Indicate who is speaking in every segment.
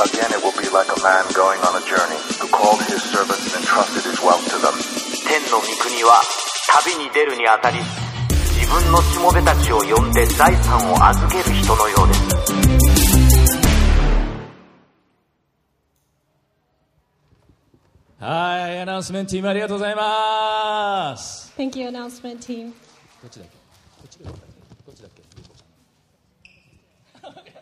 Speaker 1: Again, it will be like a man going on a journey who called his servants and trusted his wealth to them.
Speaker 2: 天の御国は旅に出るにあたり自分のしもべたちを呼んで財産を預ける人のようです
Speaker 3: はい、アナウンスメントチームありがとうございます。
Speaker 4: Thank you, announcement team.
Speaker 3: どっちだっけ？こっちだっけ？こっちだっけ？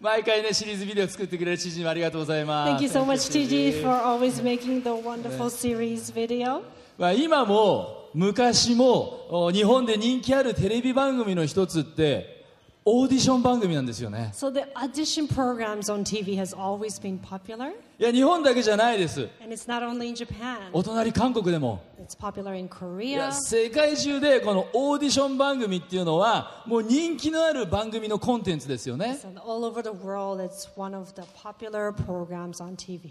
Speaker 3: 毎回ねシリーズビデオ作ってくれる知人ありがとうございます。
Speaker 4: Ah, Thank you so much, TG, for always making the wonderful series video.
Speaker 3: まあ今も昔もお日本で人気あるテレビ番組の一つってオーディション番組なんですよね。
Speaker 4: So the audition programs on TV has always been popular,
Speaker 3: いや日本だけじゃないです。
Speaker 4: and it's not only in Japan.
Speaker 3: お隣韓国でも。
Speaker 4: It's popular in
Speaker 3: いや
Speaker 4: Korea.
Speaker 3: 世界中でこのオーディション番組っていうのはもう人気のある番組のコンテンツですよね
Speaker 4: And all over the world, it's one of the popular programs on TV.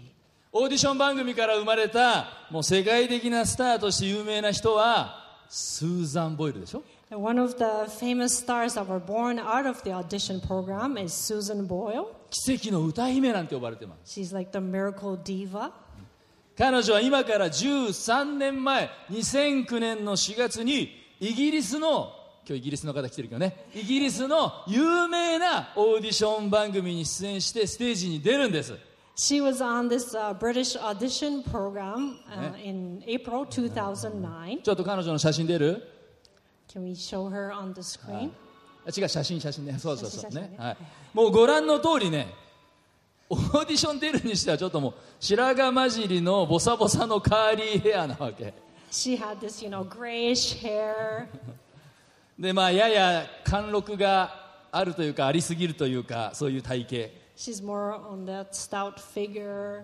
Speaker 3: オーディション番組から生まれたもう世界的なスターとして有名な人はスーザン・ボイルでしょ
Speaker 4: And one of the famous stars that were born out of the audition program is Susan Boyle.
Speaker 3: 奇跡の歌姫なんて呼ばれてます
Speaker 4: She's like the miracle diva.
Speaker 3: 彼女は今から13年前2009年の4月にイギリスの今日イギリスの方来てるけどねイギリスの有名なオーディション番組に出演してステージに出るんです
Speaker 4: She was on this uh, British audition program uh, in April 2009.
Speaker 3: ちょっと彼女の写真出る
Speaker 4: Can we show her on the screen?
Speaker 3: あ違う写真写真ねそうそうそう
Speaker 4: 写真写真
Speaker 3: ね
Speaker 4: ね
Speaker 3: はい、もうご覧の通りねオーディション出るにしてはちょっともう白髪混じりのボサボサのカーリーヘアなわけ
Speaker 4: She had this, you know, grayish hair.
Speaker 3: でまあやや貫禄があるというかありすぎるというかそういう体型
Speaker 4: She's more on that stout figure.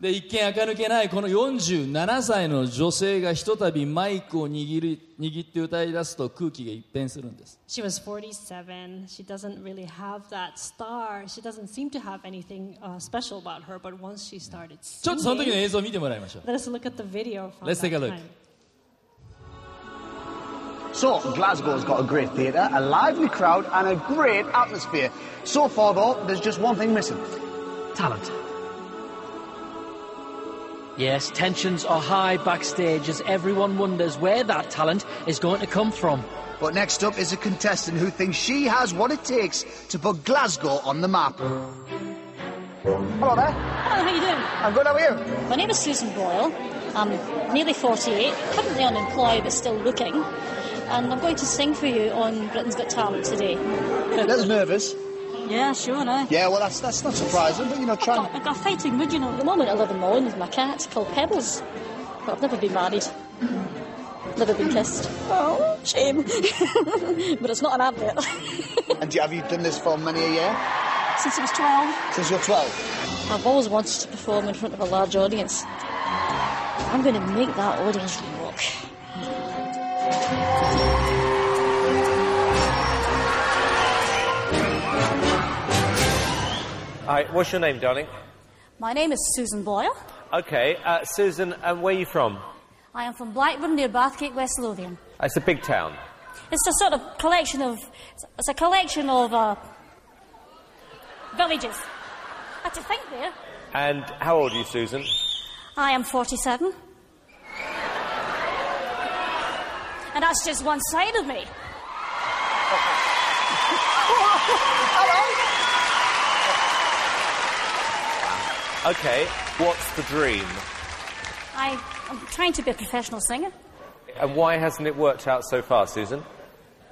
Speaker 3: で一見垢抜けないこの47歳の女性がひとたびマイクを握り握って歌い出すと空気が一変するんです
Speaker 4: She was 47. She doesn't really have that star. She doesn't seem to have anything uh, special about her. But once she started
Speaker 3: ちょっとその時の
Speaker 4: singing,
Speaker 3: 映像を見てもらいましょう
Speaker 4: let us look at the video from
Speaker 3: Let's
Speaker 4: that
Speaker 3: take a look.
Speaker 4: time.
Speaker 5: So, Glasgow's got a great theatre, a lively crowd, and a great atmosphere. So far, though, there's just one thing missing.
Speaker 6: Talent. Yes, tensions are high backstage as everyone wonders where that talent is going to come from.
Speaker 5: But next up is a contestant who thinks she has what it takes to put Glasgow on the map. Hello there.
Speaker 7: Hello, how you doing?
Speaker 5: I'm good, how are you?
Speaker 7: My name is Susan Boyle. I'm nearly 48, currently unemployed but still looking. And I'm going to sing for you on Britain's Got Talent today.
Speaker 5: That's nervous.
Speaker 7: Yeah, sure, no.
Speaker 5: Yeah, well, that's, that's not surprising, but you know, try and...
Speaker 7: I got a fighting mood, you know. At the moment, I live in Mullen with my cat called Pebbles. But I've never been married. Never been kissed. Oh, shame. but it's not an advert.
Speaker 5: and do you- have you done this for many a year?
Speaker 7: Since I was 12.
Speaker 5: Since you're 12?
Speaker 7: I've always wanted to perform in front of a large audience. I'm going to make that audience rock.
Speaker 8: All right, what's your name, darling?
Speaker 9: My name is Susan Boyle.
Speaker 8: Okay, uh, Susan, uh, where are you from? Uh,
Speaker 9: I am from Blackburn near Bathgate, West Lothian.
Speaker 8: It's a big town.
Speaker 9: It's a sort of collection of, it's a collection of uh, villages. I had to think there.
Speaker 8: And how old are you, Susan?
Speaker 9: I am 47. And that's just one side of me.
Speaker 8: Okay, what's the dream?
Speaker 9: I, I'm trying to be a professional singer.
Speaker 8: And why hasn't it worked out so far, Susan?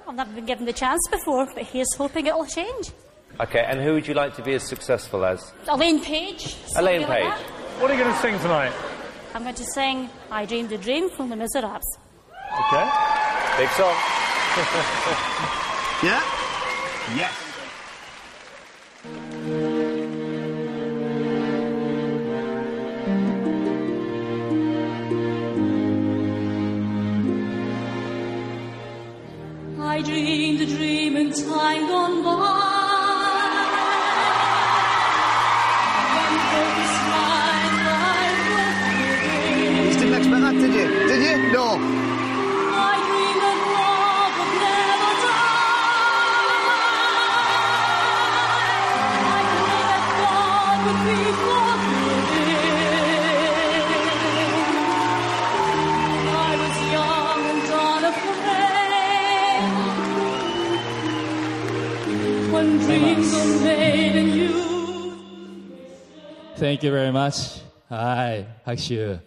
Speaker 9: I've never been given the chance before, but here's hoping it'll change.
Speaker 8: Okay, and who would you like to be as successful as?
Speaker 9: Elaine Page. somebody
Speaker 8: Elaine
Speaker 9: like
Speaker 8: Page.
Speaker 9: that.
Speaker 10: What are you going to sing tonight?
Speaker 9: I'm going to sing I Dreamed a Dream from The Miserables.
Speaker 10: Okay.
Speaker 8: Big song.
Speaker 5: Yeah? Yes.
Speaker 7: あ
Speaker 5: You didn't expect that, did you? Did you? No.
Speaker 11: when dreams are made in you.
Speaker 3: Thank you very much はい拍手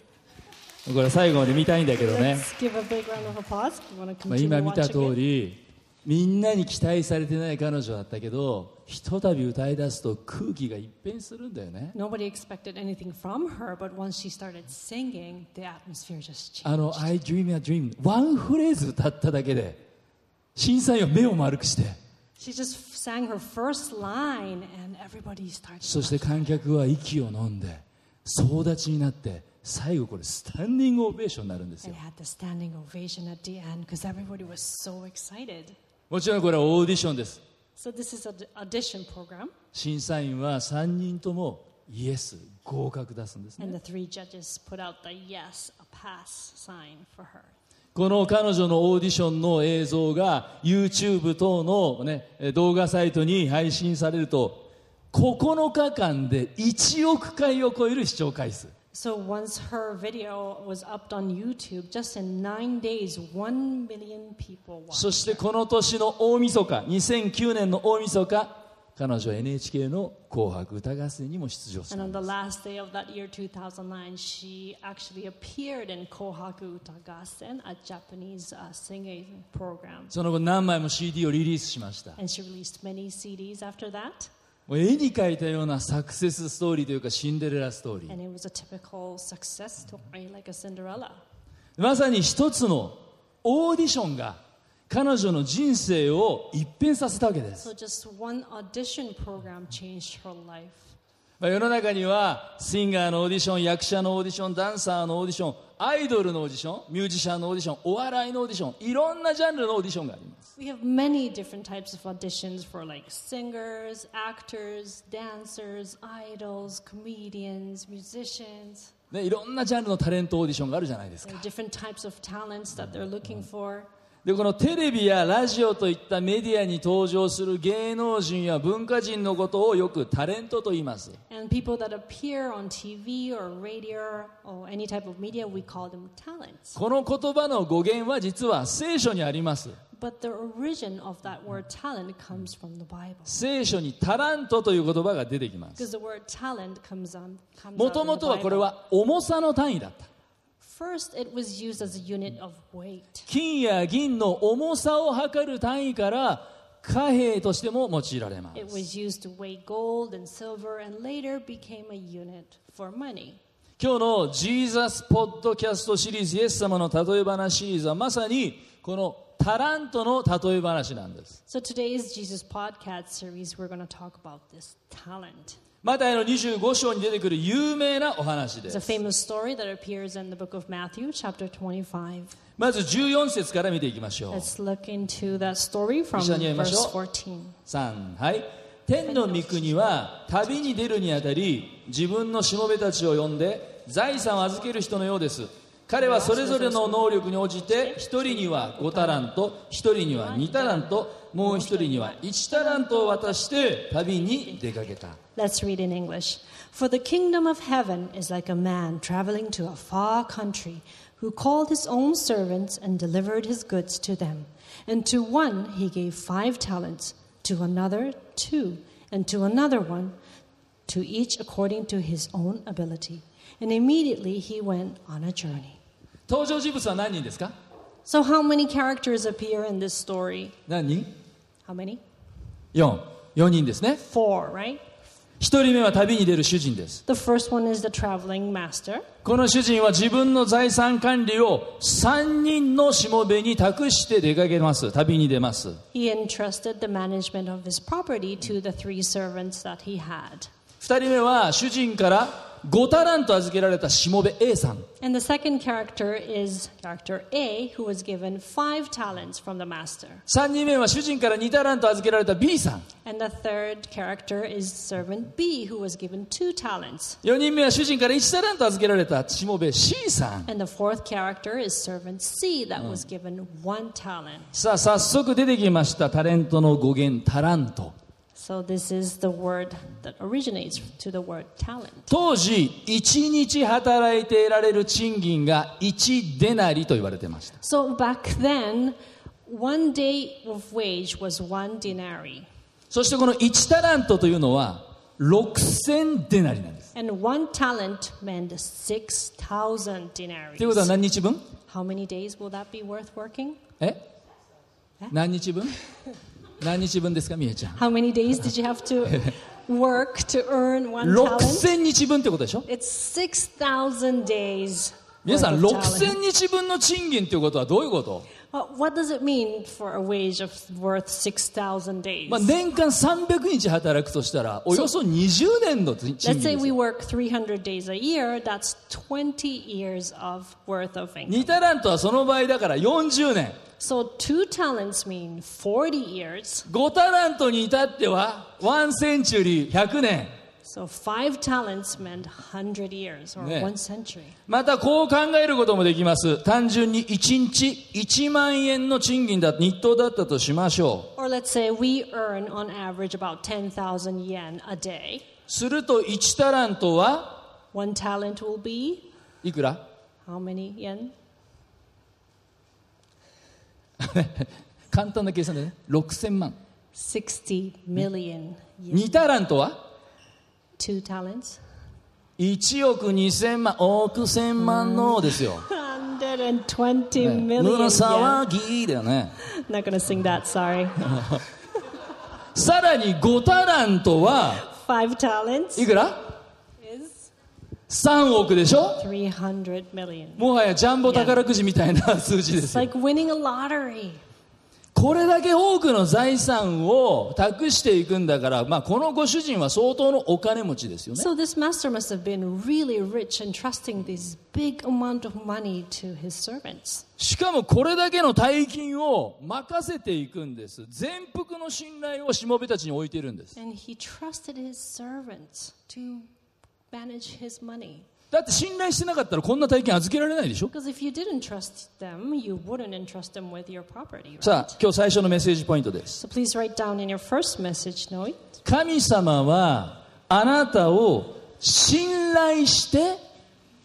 Speaker 3: これ最後まで見たいんだけどね
Speaker 4: Let's give a big round of applause. We want to
Speaker 3: まあ、今
Speaker 4: continue
Speaker 3: 見た
Speaker 4: watching
Speaker 3: 通
Speaker 4: it.
Speaker 3: りみんなに期待されてない彼女だったけどひとたび歌い出すと空気が一変するんだよね
Speaker 4: Nobody expected anything from her, but once she started singing, the atmosphere just changed.
Speaker 3: あの「I dream a dream」ワンフレーズ歌っただけで審査員は目を丸くして
Speaker 4: She just f- sang her first line, and everybody started.
Speaker 3: そして観客は息を飲んで総立ちになって最後これスタンディングオベーションになるんですよ
Speaker 4: And had the standing ovation at the end because everybody was so excited.
Speaker 3: もちろんこれはオーディションです
Speaker 4: So this is an audition program,
Speaker 3: 審査員は3人ともイエス合格出すんですね
Speaker 4: and the three judges put out the yes, a pass sign for her.
Speaker 3: この彼女のオーディションの映像が YouTube 等の、ね、えー動画サイトに配信されると9日間で1億回を超える視聴回数
Speaker 4: So once her video was upped on YouTube, just in nine days, one million people watched.
Speaker 3: そしてこの年の大晦日2009年の大晦日彼女は NHK の「紅白歌合戦」にも出場す
Speaker 4: And
Speaker 3: る
Speaker 4: on the last day of that year, 2009, she actually appeared in Kohaku Utagasen, a Japanese uh, singing program.
Speaker 3: その後何枚も CD をリリースしました
Speaker 4: And she released many CDs after that.
Speaker 3: もう絵に描いたようなサクセスストーリーというかシンデレラストーリー
Speaker 4: And it was a typical success story, like a Cinderella.
Speaker 3: まさに一つのオーディションが彼女の人生を一変させたわけです
Speaker 4: So just one audition program changed her life.
Speaker 3: まあ、世の中にはシンガーのオーディション役者のオーディションダンサーのオーディションアイドルのオーディションミュージシャンのオーディションお笑いのオーディションいろんなジャンルのオーディションがあります
Speaker 4: We have many different types of auditions for like singers, actors, dancers, idols, comedians, musicians,
Speaker 3: ね、いろんなジャンルのタレントオーディションがあるじゃないですか
Speaker 4: and different types of talents that they're looking for.
Speaker 3: でこのテレビやラジオといったメディアに登場する芸能人や文化人のことをよくタレントと言います
Speaker 4: And people that appear on TV or radio or any type of media, we call them talents.
Speaker 3: この言葉の語源は実は聖書にあります
Speaker 4: But the origin of that word talent comes from the Bible.
Speaker 3: 聖書にタラントという言葉が出てきます
Speaker 4: Because the word talent comes on. Comes
Speaker 3: も
Speaker 4: out
Speaker 3: と
Speaker 4: in
Speaker 3: も
Speaker 4: the
Speaker 3: とはこれ
Speaker 4: Bible.
Speaker 3: は重さの単位だった
Speaker 4: First, it was used as a unit of weight.
Speaker 3: 金や銀の重さを測る単位から貨幣としても用いられます
Speaker 4: It was used to weigh gold and silver and later became a unit for money.
Speaker 3: 今日のジーザスポッドキャストシリーズイエス様の例え話シリーズはまさにこのタラントの例え話なんです
Speaker 4: So today's Jesus podcast series, we're going to talk about this talent.
Speaker 3: マタイの25章に出てくる有名なお話で
Speaker 4: It's a
Speaker 3: す
Speaker 4: famous story that appears in the book of Matthew, chapter 25.
Speaker 3: まず14節から見ていきましょう
Speaker 4: Let's look into that story from
Speaker 3: 一緒に読みましょう。
Speaker 4: verse 14.
Speaker 3: 3はい天の御国は旅に出るにあたり自分のしもべたちを呼んで財産を預ける人のようです彼はそれぞれの能力に応じて一人には5タラント一人には2タラントもう一人には1タラントを渡して旅に出かけた
Speaker 4: Let's read in English. For the kingdom of heaven is like a man traveling to a far country who called his own servants and delivered his goods to them. And to one he gave five talents, to another two, and to another one, to each according to his own ability. And immediately he went on a journey.
Speaker 3: 登場人物は何人ですか
Speaker 4: So, how many characters appear in this story?
Speaker 3: 何人
Speaker 4: How many?
Speaker 3: 44人ですね
Speaker 4: Four, right?
Speaker 3: 1人目は旅に出る主人です
Speaker 4: The first one is the traveling master.
Speaker 3: この主人は自分の財産管理を3人のしもべに託して出かけます旅に出ます
Speaker 4: He entrusted the management of his property to the three servants that he had.
Speaker 3: 2人目は主人から5タラント預けられたしもべ A さん
Speaker 4: And the second character is character A, who was given five talents from the master.
Speaker 3: 3人目は主人から2タラント預けられた B さん
Speaker 4: And the third character is servant B, who was given two talents.
Speaker 3: 4人目は主人から1タラント預けられたしもべ C さん
Speaker 4: And the fourth character is servant C, that was given one talent.
Speaker 3: さあ早速出てきましたタレントの語源タラント
Speaker 4: So this is the word that originates to the word talent.
Speaker 3: 当時1日働いて得られる賃金が1デナリと言われてました
Speaker 4: So back then, one day of wage was one denarii.
Speaker 3: そしてこの1タラントというのは6000デナリなんです
Speaker 4: And one talent meant 6,000
Speaker 3: ということは
Speaker 4: denarii.
Speaker 3: 何日分
Speaker 4: How many days will that be worth working?
Speaker 3: え何日分何日分ですかみえちゃん
Speaker 4: How many days did you have to work to earn one talent?
Speaker 3: 6000日分ってことでしょ
Speaker 4: It's 6,000 days.
Speaker 3: 皆さん
Speaker 4: worth of
Speaker 3: 6000
Speaker 4: talent.
Speaker 3: 日分の賃金ということはどういうこと
Speaker 4: Uh, What does it mean for a wage of worth 6,000 days?
Speaker 3: まあ、年間300日働くとしたらおよそ20年の賃金
Speaker 4: Let's
Speaker 3: です
Speaker 4: say
Speaker 3: よ
Speaker 4: we work 300 days a year, that's 20 years of worth of income.
Speaker 3: 2タラントはその場合だから40年
Speaker 4: So two talents mean 40 years.
Speaker 3: 5タラントに至ってはワンセンチュリー100年
Speaker 4: So five talents meant 100 years or
Speaker 3: ね。
Speaker 4: one century.
Speaker 3: またこう考えることもできます単純に1日1万円の賃金だ日当だったとしましょう
Speaker 4: Or let's say we earn on average about 10,000 yen a day.
Speaker 3: すると1タラントは
Speaker 4: One talent will be
Speaker 3: いくら
Speaker 4: how many yen?
Speaker 3: 簡単な計算でね6000万
Speaker 4: 60 million yen.
Speaker 3: 2タラントは
Speaker 4: Two talents?
Speaker 3: 1億2000万億千万のですよ
Speaker 4: 120
Speaker 3: ね
Speaker 4: million
Speaker 3: 胸
Speaker 4: yen.
Speaker 3: 騒ぎだよね
Speaker 4: Not gonna sing that, sorry.
Speaker 3: さらに5タラントは
Speaker 4: Five talents
Speaker 3: いくら
Speaker 4: is
Speaker 3: 3億でしょ
Speaker 4: 300 million.
Speaker 3: もはやジャンボ宝くじみたいな数字で
Speaker 4: It's
Speaker 3: すよ
Speaker 4: like winning a lottery.
Speaker 3: これだけ多くの財産を託していくんだから、まあ、このご主人は相当のお金持ちですよね
Speaker 4: So this master must have been really rich in trusting this big amount of money to his servants.
Speaker 3: しかもこれだけの大金を任せていくんです全幅の信頼をしもべたちに置いているんです
Speaker 4: And he trusted his servants to manage his money.
Speaker 3: だって信頼してなかったらこんな大金預けられないでしょ
Speaker 4: Because if you didn't trust them, you wouldn't entrust them with your property. right?
Speaker 3: さあ今日最初のメッセージポイントです
Speaker 4: So please write down in your first message note
Speaker 3: 神様はあなたを信頼して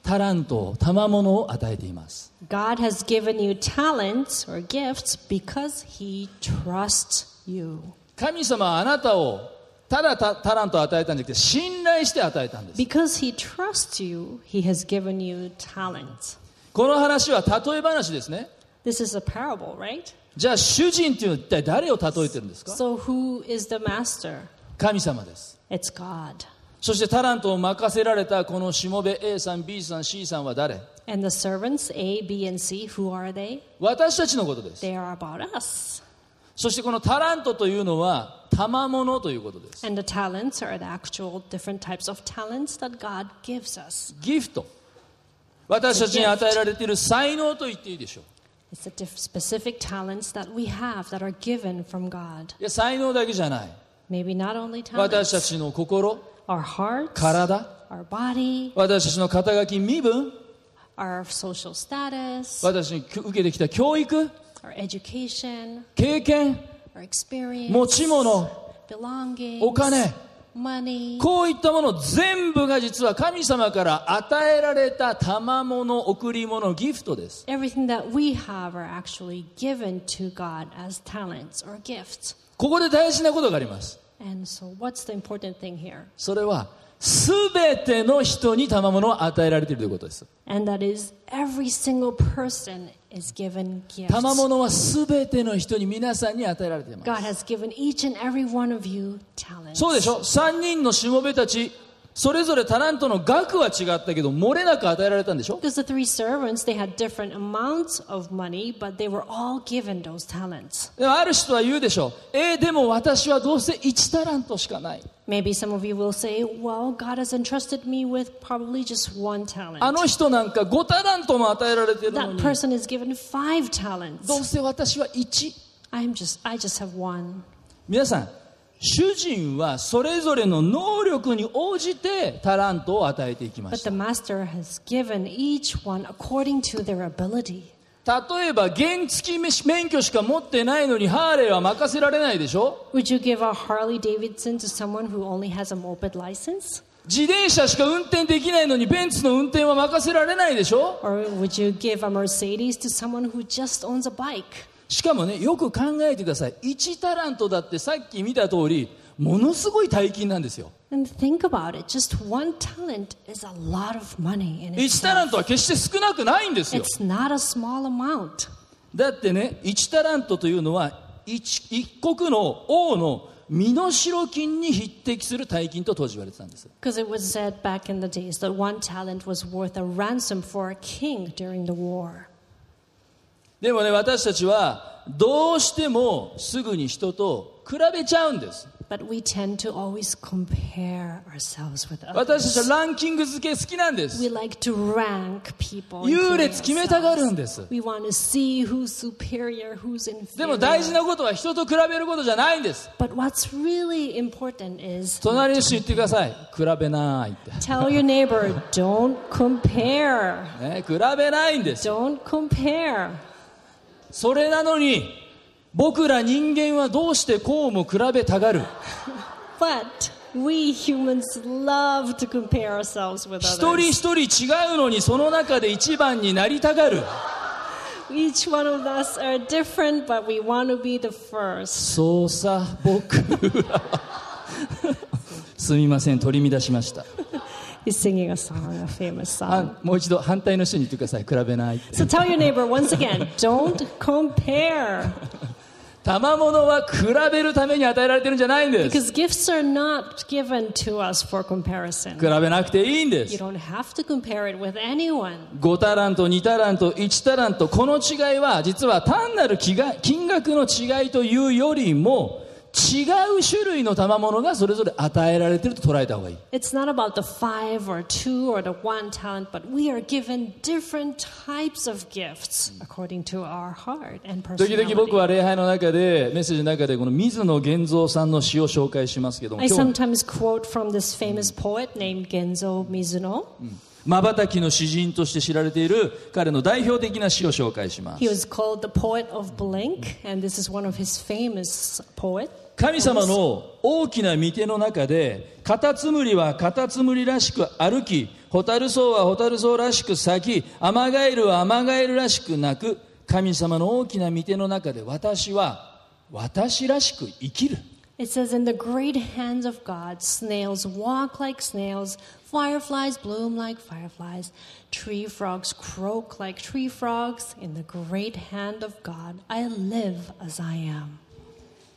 Speaker 3: タラント賜物を与えています
Speaker 4: God has given you talents or gifts because he trusts you.
Speaker 3: 神様はあなたをただたタラントを与えたんじゃなくて信頼して与えたんです
Speaker 4: Because he trusts you, he has given you talents.
Speaker 3: この話は例え話ですね
Speaker 4: This is a parable, right?
Speaker 3: じゃあ主人っていうのは一体誰を例えてるんですか
Speaker 4: So who is the master?
Speaker 3: 神様です
Speaker 4: It's God.
Speaker 3: そしてタラントを任せられたこのしもべ A さん B さん C さんは誰
Speaker 4: And the servants, A, B, and C, who are they?
Speaker 3: 私たちのことです
Speaker 4: They are about us.
Speaker 3: そしてこのタラントというのは賜物ということです
Speaker 4: And the talents are the actual different types of talents that God gives us.
Speaker 3: ギフト私たちに与えられている才能と言っていいでしょう
Speaker 4: It's the diff- specific talents that we have that are given from God.
Speaker 3: いや才能だけじゃない
Speaker 4: Maybe not only
Speaker 3: 私た
Speaker 4: talents,
Speaker 3: ちの心
Speaker 4: our hearts,
Speaker 3: 体
Speaker 4: our body,
Speaker 3: 私たちの肩書き身分
Speaker 4: our social status,
Speaker 3: 私に受けてきた教育
Speaker 4: our education,
Speaker 3: 経験
Speaker 4: our experience,
Speaker 3: 持ち物
Speaker 4: belongings,
Speaker 3: お金
Speaker 4: money.
Speaker 3: こういったもの全部が実は神様から与えられた賜物贈り物ギフトです
Speaker 4: Everything that we have are actually given to God as talents or gifts.
Speaker 3: ここで大事なことがあります
Speaker 4: And so, what's the important thing here?
Speaker 3: それは全ての人に賜物を与えられているということです
Speaker 4: And that is, every single person is given gifts.
Speaker 3: 賜物は全ての人に皆さんに与えられています
Speaker 4: God has given each and every one of you talents.
Speaker 3: そうでしょ3人のしもべたちそれぞれタラントの額は違ったけど漏れなく与えられたんでしょ
Speaker 4: Because the three servants, they had different amounts of money, but they were all given those talents.
Speaker 3: でもある人は言うでしょえーでも私はどうせ1タラントしかない
Speaker 4: Maybe some of you will say, well, God has entrusted me with probably just one
Speaker 3: あ
Speaker 4: talent.
Speaker 3: の人なんか5タラントも与えられてるの
Speaker 4: That
Speaker 3: に
Speaker 4: person is given five talents.
Speaker 3: どうせ私は1
Speaker 4: I'm just, I just have one.
Speaker 3: 皆さん主人はそれぞれの能力に応じてタラントを与えていきま
Speaker 4: But
Speaker 3: し
Speaker 4: the master has given each one according to their ability.
Speaker 3: た例えば原付免許しか持ってないのにハーレーは任せられないでしょ
Speaker 4: Would you give a Harley Davidson to someone who only has a moped license?
Speaker 3: 自転車しか運転できないのにベンツの運転は任せられないでしょ
Speaker 4: Or would you give a Mercedes to someone who just owns a bike?
Speaker 3: しかもねよく考えてください1タラントだってさっき見た通りものすごい大金なんですよ
Speaker 4: And think about it just one talent is a lot of money. And
Speaker 3: 1タラントは決して少なくないんですよ
Speaker 4: it's not a small amount.
Speaker 3: だってね1タラントというのは 1, 国の王の身の代金に匹敵する大金と当時言われてたんです
Speaker 4: Because it was said back in the days that one talent was worth a ransom for a king during the war.
Speaker 3: でもね私たちはどうしてもすぐに人と比べちゃうんです
Speaker 4: But we tend to always compare ourselves with
Speaker 3: 私
Speaker 4: others.
Speaker 3: たちはランキング付け好きなんです
Speaker 4: We like to rank people.
Speaker 3: 優
Speaker 4: including
Speaker 3: 劣決めたがるんです
Speaker 4: We want to see who's superior, who's
Speaker 3: でも大事
Speaker 4: inferior.
Speaker 3: なことは人と比べることじゃないんです
Speaker 4: But what's really important is
Speaker 3: 隣の人言ってください比べないって、
Speaker 4: tell your neighbor, don't compare.
Speaker 3: ね、比べないんです
Speaker 4: Don't compare.
Speaker 3: それなのに僕ら人間はどうしてこうも比べたがる
Speaker 4: But we humans love to compare ourselves with
Speaker 3: 一人
Speaker 4: others.
Speaker 3: 一人違うのにその中で一番になりたがる
Speaker 4: Each one of us are different, but we want to be the first.
Speaker 3: そうさ僕らはすみません取り乱しました
Speaker 4: He's singing a song, a famous
Speaker 3: あ
Speaker 4: song.
Speaker 3: もう一度反対の人に言ってください比べない
Speaker 4: So tell your neighbor once again, don't compare.
Speaker 3: 賜物は比べるために与えられてるんじゃないんです
Speaker 4: Because gifts are not given to us for comparison.
Speaker 3: 比べなくていいんで
Speaker 4: You
Speaker 3: す
Speaker 4: don't have to compare it with anyone.
Speaker 3: 5タラント2タラント1タラントこの違いは実は単なる気が金額の違いというよりも違う種類の賜物がそれぞれ与えられてると捉えた方がいい
Speaker 4: It's not about the five or two or the one talent, but we are given different types of gifts according to our heart and
Speaker 3: 時々僕
Speaker 4: personality.
Speaker 3: は礼拝の中でメッセージの中でこの水野源三さんの詩を紹介しますけども
Speaker 4: I
Speaker 3: 今日
Speaker 4: sometimes quote from this famous poet named Genzo Mizuno.
Speaker 3: まばたきの詩人として知られている彼の代表的な詩を紹介します
Speaker 4: He was called the poet of Blink, and this is one of his famous poet.
Speaker 3: 神様の大きな御手の中でカタツムリはカタツムリらしく歩きホタルソウはホタルソウらしく咲きアマガエルはアマガエルらしく鳴く神様の大きな御手の中で私は私らしく生きる
Speaker 4: It says, In the great hands of God, snails walk like snails, fireflies bloom like fireflies, tree frogs croak like tree frogs. In the great hand of God, I live as I am.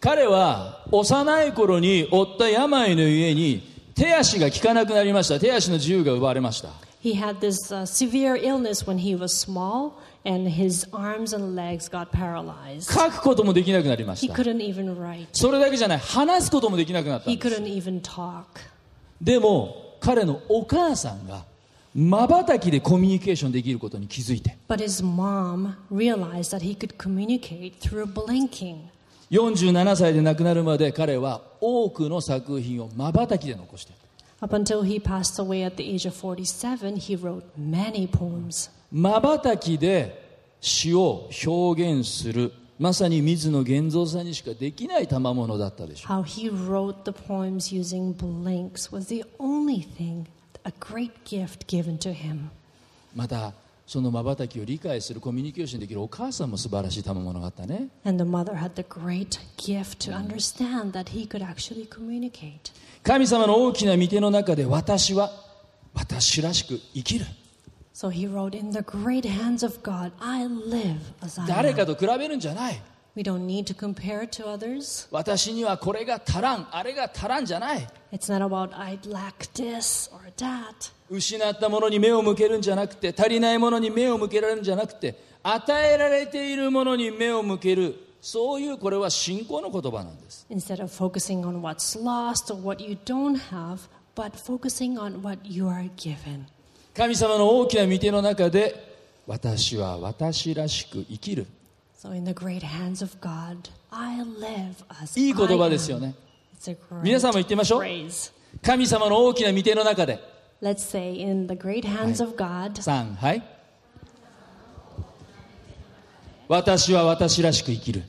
Speaker 3: 彼は幼い頃に負った病のゆえに手足が効かなくなりました手足の自由が奪われました
Speaker 4: He had this uh, severe illness when he was small, and his arms and legs got paralyzed.
Speaker 3: 書くこともできなくなりま
Speaker 4: He
Speaker 3: した
Speaker 4: couldn't even write,
Speaker 3: それだけじゃない話すこともできなくなった
Speaker 4: he couldn't even talk.
Speaker 3: でも彼のお母さんがまばたきでコミュニケーションできることに気づいて
Speaker 4: But his mom realized that he could communicate through blinking.
Speaker 3: 47歳で亡くなるまで彼は多くの作品をまばたきで残している
Speaker 4: Up until he passed away at the age of 47, he wrote many poems.
Speaker 3: まばたきで詩を表現するまさに水野源三さんにしかできない賜物だったでしょう
Speaker 4: How he wrote the poems using blinks was the only thing, a great gift given to him.
Speaker 3: またそのまばたきを理解するコミュニケーションできるお母さんも素晴らしい賜物があったね
Speaker 4: And the mother had the great gift to understand that he could actually communicate.
Speaker 3: 神様の大きな御手の中で私は私らしく生きる
Speaker 4: So he wrote, In the great hands of God, I live as I
Speaker 3: 誰
Speaker 4: am.
Speaker 3: かと比べるんじゃない
Speaker 4: We don't need to compare to others.
Speaker 3: 私にはこれが足らんあれが足らんじゃない
Speaker 4: It's not about I lack this or that.
Speaker 3: 失ったものに目を向けるんじゃなくて足りないものに目を向けられるんじゃなくて与えられているものに目を向けるそういうこれは信仰の言葉なんです
Speaker 4: Instead of focusing on what's lost or what you don't have, but focusing on what you are given.
Speaker 3: 神様の大きな御手の中で私は私らしく生きる
Speaker 4: So, in the great hands of God, I live as
Speaker 3: いい言
Speaker 4: I
Speaker 3: 葉
Speaker 4: am.
Speaker 3: ですよね
Speaker 4: It's a
Speaker 3: 皆さんも言っ
Speaker 4: great
Speaker 3: てみましょう
Speaker 4: phrase.
Speaker 3: 神様の大きな御手の中で
Speaker 4: Let's say, in the great hands of God,
Speaker 3: 3はい私は私らしく生きる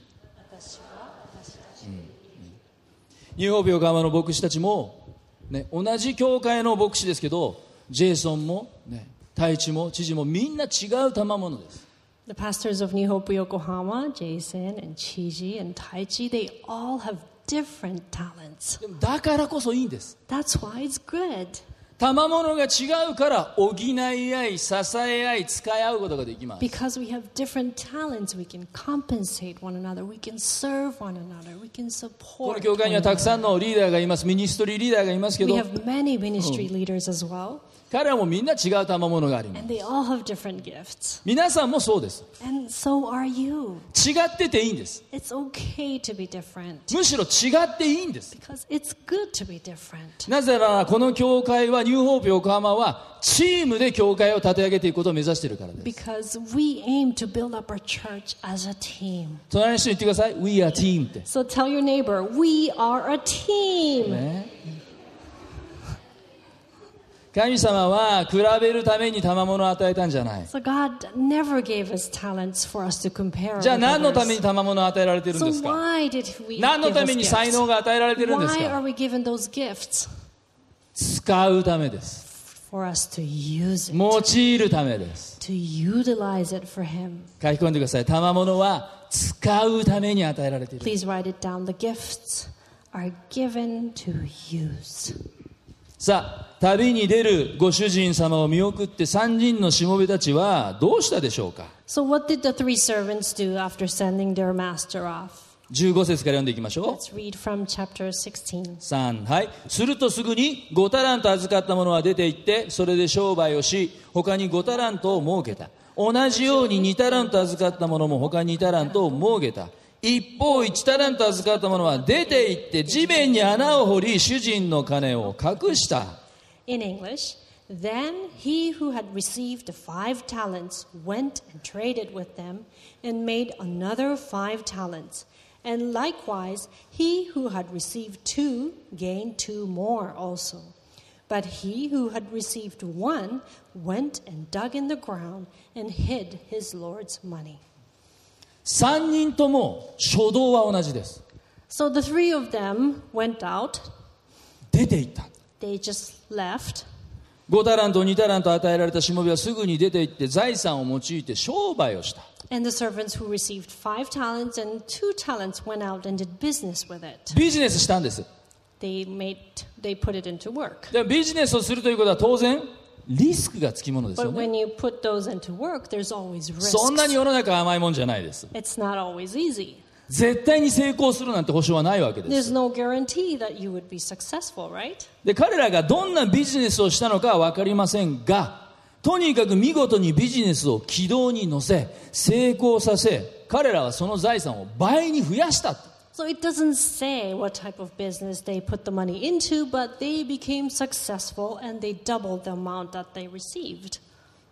Speaker 3: ニューホープ横浜の牧師たちも、ね、同じ教会の牧師ですけどジェイソンも、ね、太一も知事もみんな違う賜物です
Speaker 4: The pastors of New Hope Yokohama, Jason and Chiji and Taichi, they all have different talents.
Speaker 3: だからこそいいんです。
Speaker 4: That's why it's good.
Speaker 3: 賜物が違うから補い合い、支え合い、使い合うことができます。
Speaker 4: Because we have different talents, we can compensate one another, we can serve one another, we
Speaker 3: こ
Speaker 4: can
Speaker 3: の
Speaker 4: support.
Speaker 3: 教会にはたくさんのリーダーがいます。ミニストリーリーダーがいますけ
Speaker 4: We
Speaker 3: ど、
Speaker 4: have many ministry leaders as well,
Speaker 3: 彼らもみんな違う賜物があります。
Speaker 4: and they all have different gifts.
Speaker 3: 皆さんもそうです。
Speaker 4: And so are you.
Speaker 3: 違ってていいんです。
Speaker 4: It's okay to be different
Speaker 3: むしろ違っていいんです。
Speaker 4: because it's good to be different.
Speaker 3: なぜなら、この教会は、ニューホープ横浜は、チームで教会を立て上げていくことを目指しているからです。
Speaker 4: Because we aim to build up our church as a team.
Speaker 3: 隣の人に言ってください。We are team って。
Speaker 4: So tell your neighbor, we are a team.
Speaker 3: ね、神様は比べるために賜物を与えたんじゃない。
Speaker 4: So God never gave us talents for us to compare.
Speaker 3: じゃあ
Speaker 4: with
Speaker 3: 何のため
Speaker 4: others.
Speaker 3: に賜物を与えられてるん
Speaker 4: So
Speaker 3: ですか
Speaker 4: why did we
Speaker 3: 何の
Speaker 4: give
Speaker 3: た
Speaker 4: us
Speaker 3: めに才能
Speaker 4: gifts?
Speaker 3: が与えられてるんです
Speaker 4: Why are
Speaker 3: か
Speaker 4: we given those gifts?
Speaker 3: 使うためです。
Speaker 4: For us to use it,
Speaker 3: 用いるためです。
Speaker 4: to utilize it for Him.
Speaker 3: 書き込んでください。賜物は使うために与えられている。
Speaker 4: Please write it down. The gifts are given to use.
Speaker 3: さあ、旅に出るご主人様を見送って三人のしもべたちはどうしたでしょうか
Speaker 4: So what did the three servants do after sending their master off?
Speaker 3: ?15 節から読んでいきましょう。
Speaker 4: Let's read from chapter 16.
Speaker 3: 3はいするとすぐに5タラント預かったものは出て行ってそれで商売をし他に5タラントを設けた同じように2タラント預かったものも他に2タラントを設けた一方1タラント預かったものは出て行って地面に穴を掘り主人の金を隠した
Speaker 4: In English, then he who had received the five talents went and traded with them and made another five talents. And likewise, he who had received two gained two more also. But he who had received one went and dug in the ground and hid his Lord's money.
Speaker 3: 3人とも初動は同じです
Speaker 4: So the three of them went out,
Speaker 3: 出て行った
Speaker 4: they just left.
Speaker 3: 5タラント2タラント与えられたしもべはすぐに出て行って財産を用いて商売をした
Speaker 4: And the servants who received five talents and two talents went out and did business with it.
Speaker 3: ビジネスしたんです
Speaker 4: They made they put it into work.
Speaker 3: でもビジネスをするということは当然リスクがつきものですよ
Speaker 4: But
Speaker 3: ね
Speaker 4: when you put those into work, there's always
Speaker 3: そんなに
Speaker 4: risks.
Speaker 3: 世の中は甘いもんじゃないです
Speaker 4: It's not always easy.
Speaker 3: 絶対に成功するなんて保証はないわけです
Speaker 4: There's no guarantee that you would be successful, right?
Speaker 3: で彼らがどんなビジネスをしたのかは分かりませんがとにかく見事にビジネスを軌道に乗せ成功させ彼らはその財産を倍に増やした
Speaker 4: So it doesn't say what type of business they put the money into, but they became successful and they doubled the amount that they received.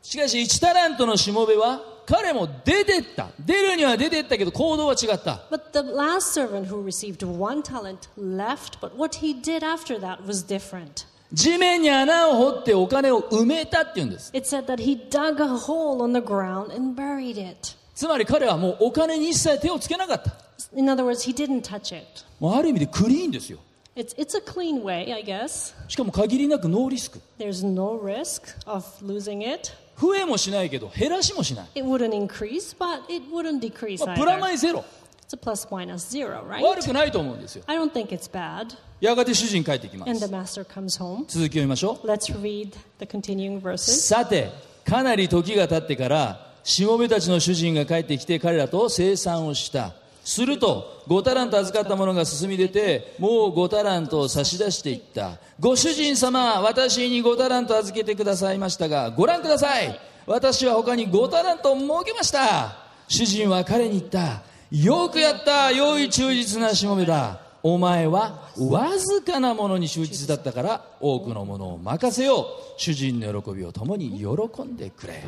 Speaker 3: しかし1タラントのしもべは彼も出てった出るには出てったけど行動は違った
Speaker 4: But the last servant who received one talent left, but what he did after that was different.
Speaker 3: 地面に穴を掘ってお金を埋めたっていうんです
Speaker 4: It said that he dug a hole on the ground and buried it.
Speaker 3: つまり彼はもうお金に一切手をつけなかった。
Speaker 4: In other words, he didn't touch it.
Speaker 3: もうある意味でクリーンですよ。
Speaker 4: It's, it's a clean way, I guess.
Speaker 3: しかも限りなくノーリスク。
Speaker 4: There's no risk of losing it.
Speaker 3: 増えもしないけど減らしもしない。
Speaker 4: It wouldn't increase, but it wouldn't decrease
Speaker 3: まあ、プラ
Speaker 4: either.
Speaker 3: マイゼロ。
Speaker 4: It's a plus minus zero,
Speaker 3: 悪
Speaker 4: right?
Speaker 3: くないと思うんですよ。
Speaker 4: I don't think it's bad.
Speaker 3: やがて主人帰ってきま
Speaker 4: And
Speaker 3: す
Speaker 4: the。master comes home.
Speaker 3: 続きを見ましょ
Speaker 4: Let's read the continuing
Speaker 3: う。
Speaker 4: verses.
Speaker 3: さて、かなり時が経ってから、しもべたちの主人が帰ってきて彼らと生産をした。すると、5タラント預かった者が進み出て、もう5タラントを差し出していった。ご主人様、私に5タラント預けてくださいましたが、ご覧ください。私は他に5タラントを設けました。主人は彼に言った。よくやった、用意忠実なしもべだ。お前はわずかなものに忠実だったから多くのものを任せよう主人の喜びを共に喜んでくれ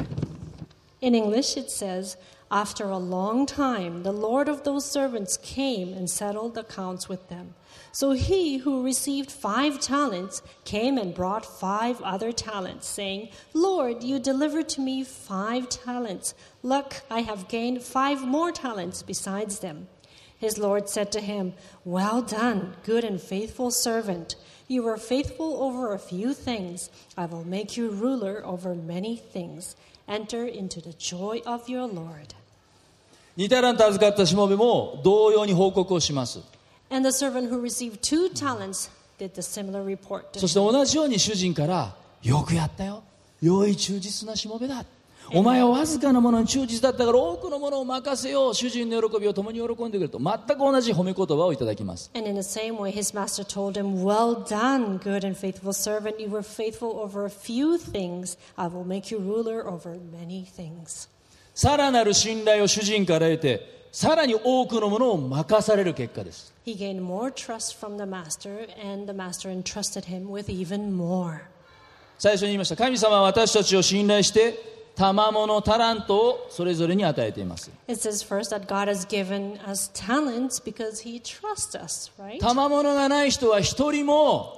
Speaker 4: In English, it says, After a long time, the Lord of those servants came and settled accounts with them. So he who received five talents came and brought five other talents, saying, Lord, you delivered to me five talents. Look, I have gained five more talents besides them. His Lord said to him, Well done, good and faithful servant. You were faithful over a few things. I will make you ruler over many things. Enter into the joy of your Lord.
Speaker 3: 2タラント預かったしもべも同様に報告をします
Speaker 4: And the servant who received two talents did the similar report.
Speaker 3: そして同じように主人から「よくやったよ良い忠実なしもべだ」お前はわずかなものに忠実だったから多くのものを任せよう主人の喜びを共に喜んでくれと全く同じ褒め言葉をいただきます
Speaker 4: And in the same way, his master told him, Well done, good and faithful servant. You were faithful over a few things. I will make you ruler over many things.
Speaker 3: さらなる信頼を主人から得てさらに多くのものを任される結果です
Speaker 4: He gained more trust from the master, and the master entrusted him with even more.
Speaker 3: 最初に言いました神様は私たちを信頼して賜物タラントをそれぞれに与えています
Speaker 4: It says first that God has given us talents because he trusts us, right?
Speaker 3: 賜物がない人は一人も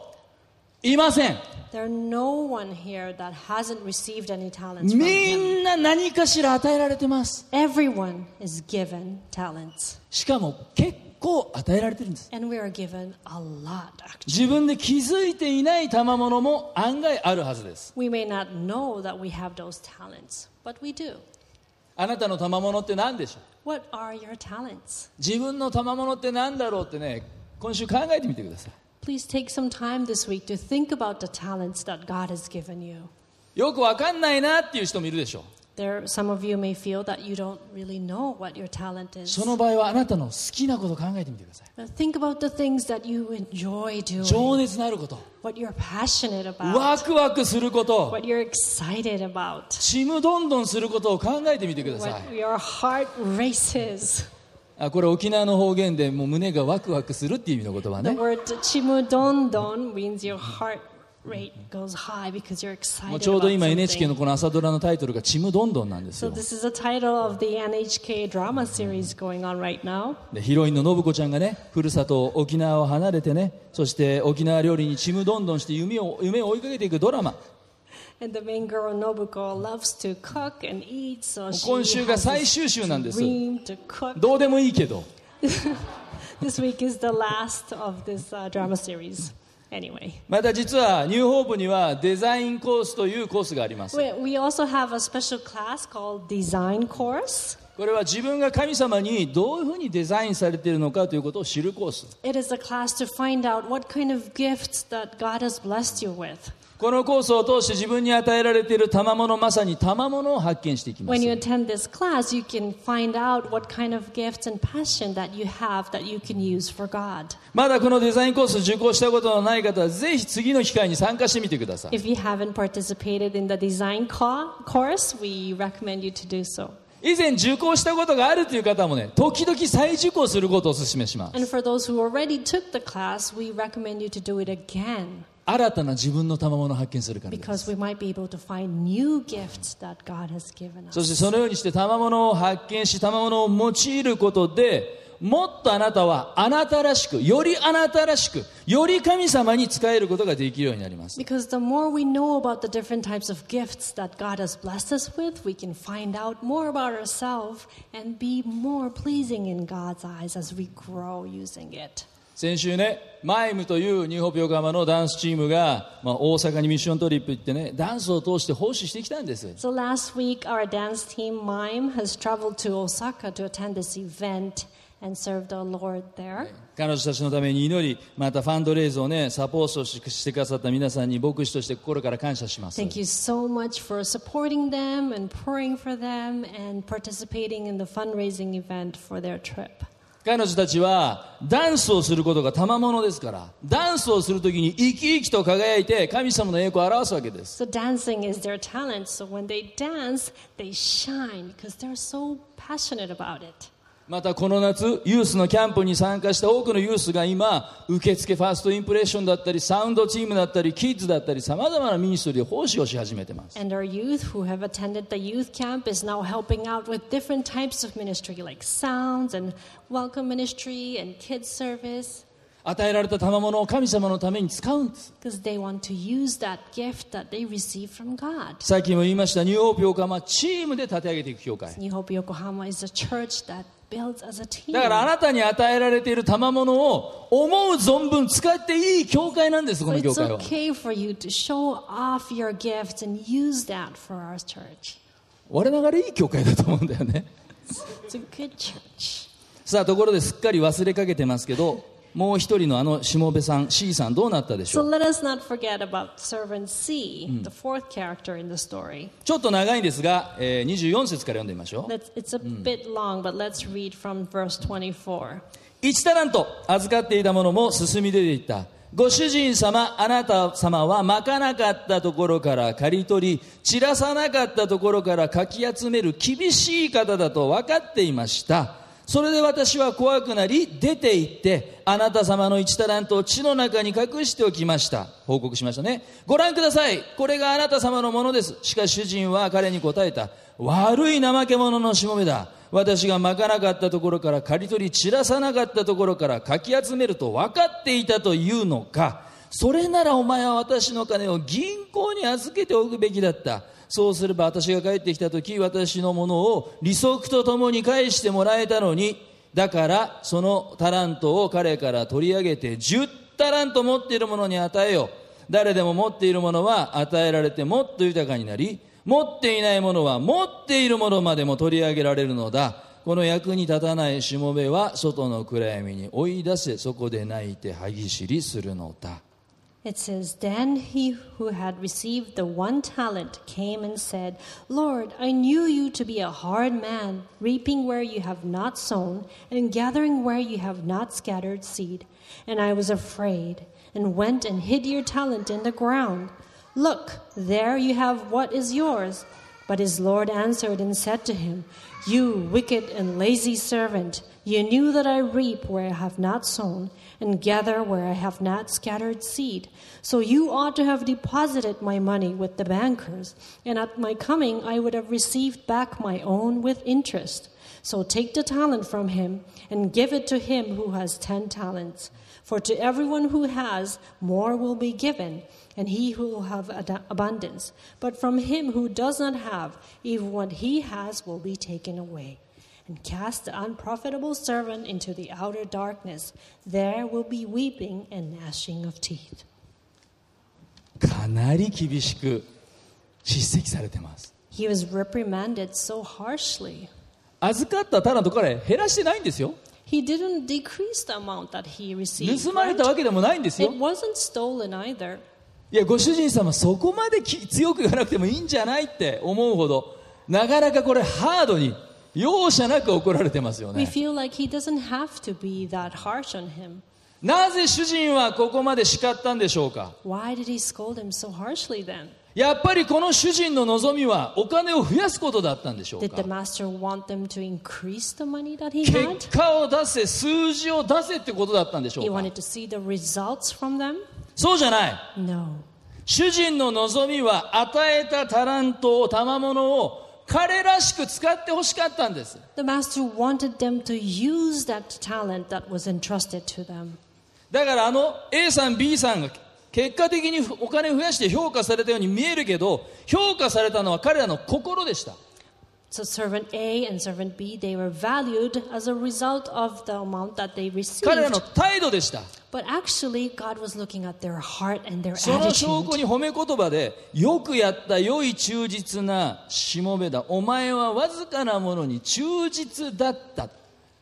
Speaker 3: いません
Speaker 4: There are no one here that hasn't received any talents. From
Speaker 3: み
Speaker 4: him.
Speaker 3: んな何かしら与えられてます
Speaker 4: Everyone is given talents,
Speaker 3: しかも結構与えられてるんです
Speaker 4: and we are given a lot.
Speaker 3: 自分で気づいていない賜物も案外あるはずです
Speaker 4: We may not know that we have those talents, but we do.
Speaker 3: あなたの賜物って何でしょう
Speaker 4: What are your talents?
Speaker 3: 自分の賜物って何だろうってね今週考えてみてくださ
Speaker 4: Please take some time this week to think about the talents that God has given you.
Speaker 3: いよくわかんないなっていう人もいるでしょう
Speaker 4: There, some of you may feel that you don't really know what your talent is.
Speaker 3: その場合はあなたの好きなことを考えてみてください
Speaker 4: But think about the things that you enjoy doing,
Speaker 3: 情熱のあること
Speaker 4: what you're passionate about,
Speaker 3: ワクワクすること
Speaker 4: what you're excited about,
Speaker 3: ちむどんどんすることを考えてみてください
Speaker 4: what your heart races.
Speaker 3: あこれ沖縄の方言でもう胸がワクワクするっていう意味の言葉
Speaker 4: The
Speaker 3: ね
Speaker 4: word chimudondon means your heart rate goes high because you're
Speaker 3: もう
Speaker 4: excited
Speaker 3: ちょう
Speaker 4: about
Speaker 3: ど今 NHK
Speaker 4: something.
Speaker 3: のこの朝ドラのタイトルが「ちむどんどん」なんです
Speaker 4: So
Speaker 3: よ
Speaker 4: this is the title of the NHK drama series going on right now.
Speaker 3: でヒロインの信子ちゃんがねふるさと沖縄を離れてねそして沖縄料理にちむどんどんして夢を夢を追いかけていくドラマ
Speaker 4: And the main girl Nobuko loves to cook and eat, so
Speaker 3: 今
Speaker 4: she
Speaker 3: 週が
Speaker 4: has
Speaker 3: 最
Speaker 4: this
Speaker 3: 終週なんです
Speaker 4: dream to cook.
Speaker 3: どうでもいいけど
Speaker 4: This week is the last of this uh, drama series. Anyway,
Speaker 3: また実はニューホープにはデザインコースというコースがあります
Speaker 4: we, we also have a special class called Design Course.
Speaker 3: これは自分が神様にどういうふうにデザインされているのかということを知るコース
Speaker 4: It is a class to find out what kind of gifts that God has blessed you with.
Speaker 3: このコースを通して自分に与えられている賜物まさに賜物を発見していきます
Speaker 4: When you attend this class, you can find out what kind of gifts and passion that you have that you can use for God.
Speaker 3: まだこのデザインコース受講したことのない方はぜひ次の機会に参加してみてください
Speaker 4: If you haven't participated in the design co- course, we recommend you to do so.
Speaker 3: 以前受講したことがあるという方もね時々再受講することをお勧めします
Speaker 4: And for those who already took the class, we recommend you to do it again
Speaker 3: 新たな自分の賜物を発見するからです
Speaker 4: because we might be able to find new gifts that God has given us.
Speaker 3: そしてそのようにして賜物を発見し賜物を用いることでもっとあなたはあなたらしくよりあなたらしくより神様に使えることができるようになります
Speaker 4: Because the more we know about the different types of gifts that God has blessed us with, we can find out more about ourselves and be more pleasing in God's eyes as we grow using it.
Speaker 3: 先週ねマイムというニューホープ横浜のダンスチームが、まあ、大阪にミッショントリップ行ってねダンスを通して奉仕してきたんです
Speaker 4: So last week, our dance team, Mime, has traveled to Osaka to attend this event and serve the Lord there.
Speaker 3: 彼女たちのために祈りまたファンドレイズをねサポートしてくださった皆さんに牧師として心から感謝します
Speaker 4: Thank you so much for supporting them and praying for them and participating in the fundraising event for their trip.
Speaker 3: 彼女たちはダンスをすることが賜物ですからダンスをするときに生き生きと輝いて神様の栄光を表すわけです
Speaker 4: So dancing is their talent. So when they dance, they shine because they're so passionate about it.
Speaker 3: またこの夏ユースのキャンプに参加した多くのユースが今受付ファーストインプレッションだったりサウンドチームだったりキッズだったりさまざまなミニストリーで奉仕をし始めてます
Speaker 4: And our youth who have attended the youth camp is now helping out with different types of ministry like sounds and welcome ministry and kids service
Speaker 3: 与えられた賜物を神様のために使うんです
Speaker 4: because they want to use that gift that they receive from God.
Speaker 3: さっきも言いましたニューオープン横浜チームで立て上げていく教会
Speaker 4: New Hope Yokohama is a church that builds as a team.
Speaker 3: だからあなたに与えられている賜物を思う存分使っていい教会なんですこ
Speaker 4: So
Speaker 3: の教
Speaker 4: it's
Speaker 3: 会は
Speaker 4: okay for you to show off your gifts and use that for our church.
Speaker 3: 我ながらいい教会だと思うんだよね
Speaker 4: It's a good church.
Speaker 3: さあところですっかり忘れかけてますけどもう一人のあのしもべさん C さんどうなったでし
Speaker 4: So
Speaker 3: ょう
Speaker 4: let us not forget about servant C,
Speaker 3: うん。
Speaker 4: the fourth character in the story.
Speaker 3: ちょっと長いんですが、えー24節から読んでみましょう
Speaker 4: Let's, it's a bit long, but let's read from verse 24.
Speaker 3: 1タラント預かっていたものも進み出ていったご主人様あなた様はまかなかったところから刈り取り散らさなかったところからかき集める厳しい方だと分かっていましたそれで私は怖くなり出て行ってあなた様の1タラントを地の中に隠しておきました報告しましたねご覧くださいこれがあなた様のものですしかし主人は彼に答えた悪い怠け者のしもべだ私がまかなかったところから刈り取り散らさなかったところからかき集めると分かっていたというのかそれならお前は私の金を銀行に預けておくべきだったそうすれば私が帰ってきた時私のものを利息とともに返してもらえたのにだからそのタラントを彼から取り上げて10タラント持っているものに与えよう誰でも持っているものは与えられてもっと豊かになり持っていないものは持っているものまでも取り上げられるのだこの役に立たないしもべは外の暗闇に追い出せそこで泣いて歯ぎしりするのだ
Speaker 4: It says, Then he who had received the one talent came and said, Lord, I knew you to be a hard man, reaping where you have not sown, and gathering where you have not scattered seed. And I was afraid, and went and hid your talent in the ground. Look, there you have what is yours. But his Lord answered and said to him, You wicked and lazy servant, you knew that I reap where I have not sown, and gather where I have not scattered seed. So you ought to have deposited my money with the bankers, and at my coming I would have received back my own with interest. So take the talent from him, and give it to him who has ten talents. For to everyone who has, more will be given, and he who will have ad- abundance. But from him who does not have, even what he has will be taken away. And cast the unprofitable servant into the outer darkness. There will be weeping and gnashing of teeth.
Speaker 3: かなり厳しく叱責されてます
Speaker 4: He was reprimanded so harshly.
Speaker 3: 預かったタラント彼減らしてないんですよ
Speaker 4: He didn't decrease the amount that he received.
Speaker 3: 盗まれたわけでもないんですよ
Speaker 4: It wasn't stolen either.
Speaker 3: いやご主人様そこまでき強く言わなくてもいいんじゃないって思うほどなかなかこれハードに容赦なく怒られてますよ
Speaker 4: We
Speaker 3: ね
Speaker 4: feel like he doesn't have to be that harsh on him.
Speaker 3: なぜ主人はここまで叱ったんでしょうか
Speaker 4: Why did he scold him so harshly then?
Speaker 3: やっぱりこの主人の望みはお金を増やすことだったんでしょう
Speaker 4: Did
Speaker 3: か
Speaker 4: the master want them to increase the money that he
Speaker 3: 結
Speaker 4: had?
Speaker 3: 果を出せ数字を出せってことだったんでしょ
Speaker 4: He
Speaker 3: うか
Speaker 4: wanted to see the results from them?
Speaker 3: そうじゃない
Speaker 4: No.
Speaker 3: 主人の望みは与えたタラントを賜物を彼らしく使ってほしかったんです
Speaker 4: The master wanted them to use that talent that was entrusted to them.
Speaker 3: だからあの A さん B さんが結果的にお金を増やして評価されたように見えるけど評価されたのは彼らの心でした
Speaker 4: So servant A and servant B, they were valued as a result of the amount that they
Speaker 3: 彼らの
Speaker 4: received.
Speaker 3: 態度でした
Speaker 4: But actually, God was looking at their heart and their
Speaker 3: その証拠
Speaker 4: attitude.
Speaker 3: に褒め言葉でよくやった良い忠実なしもべだお前はわずかなものに忠実だった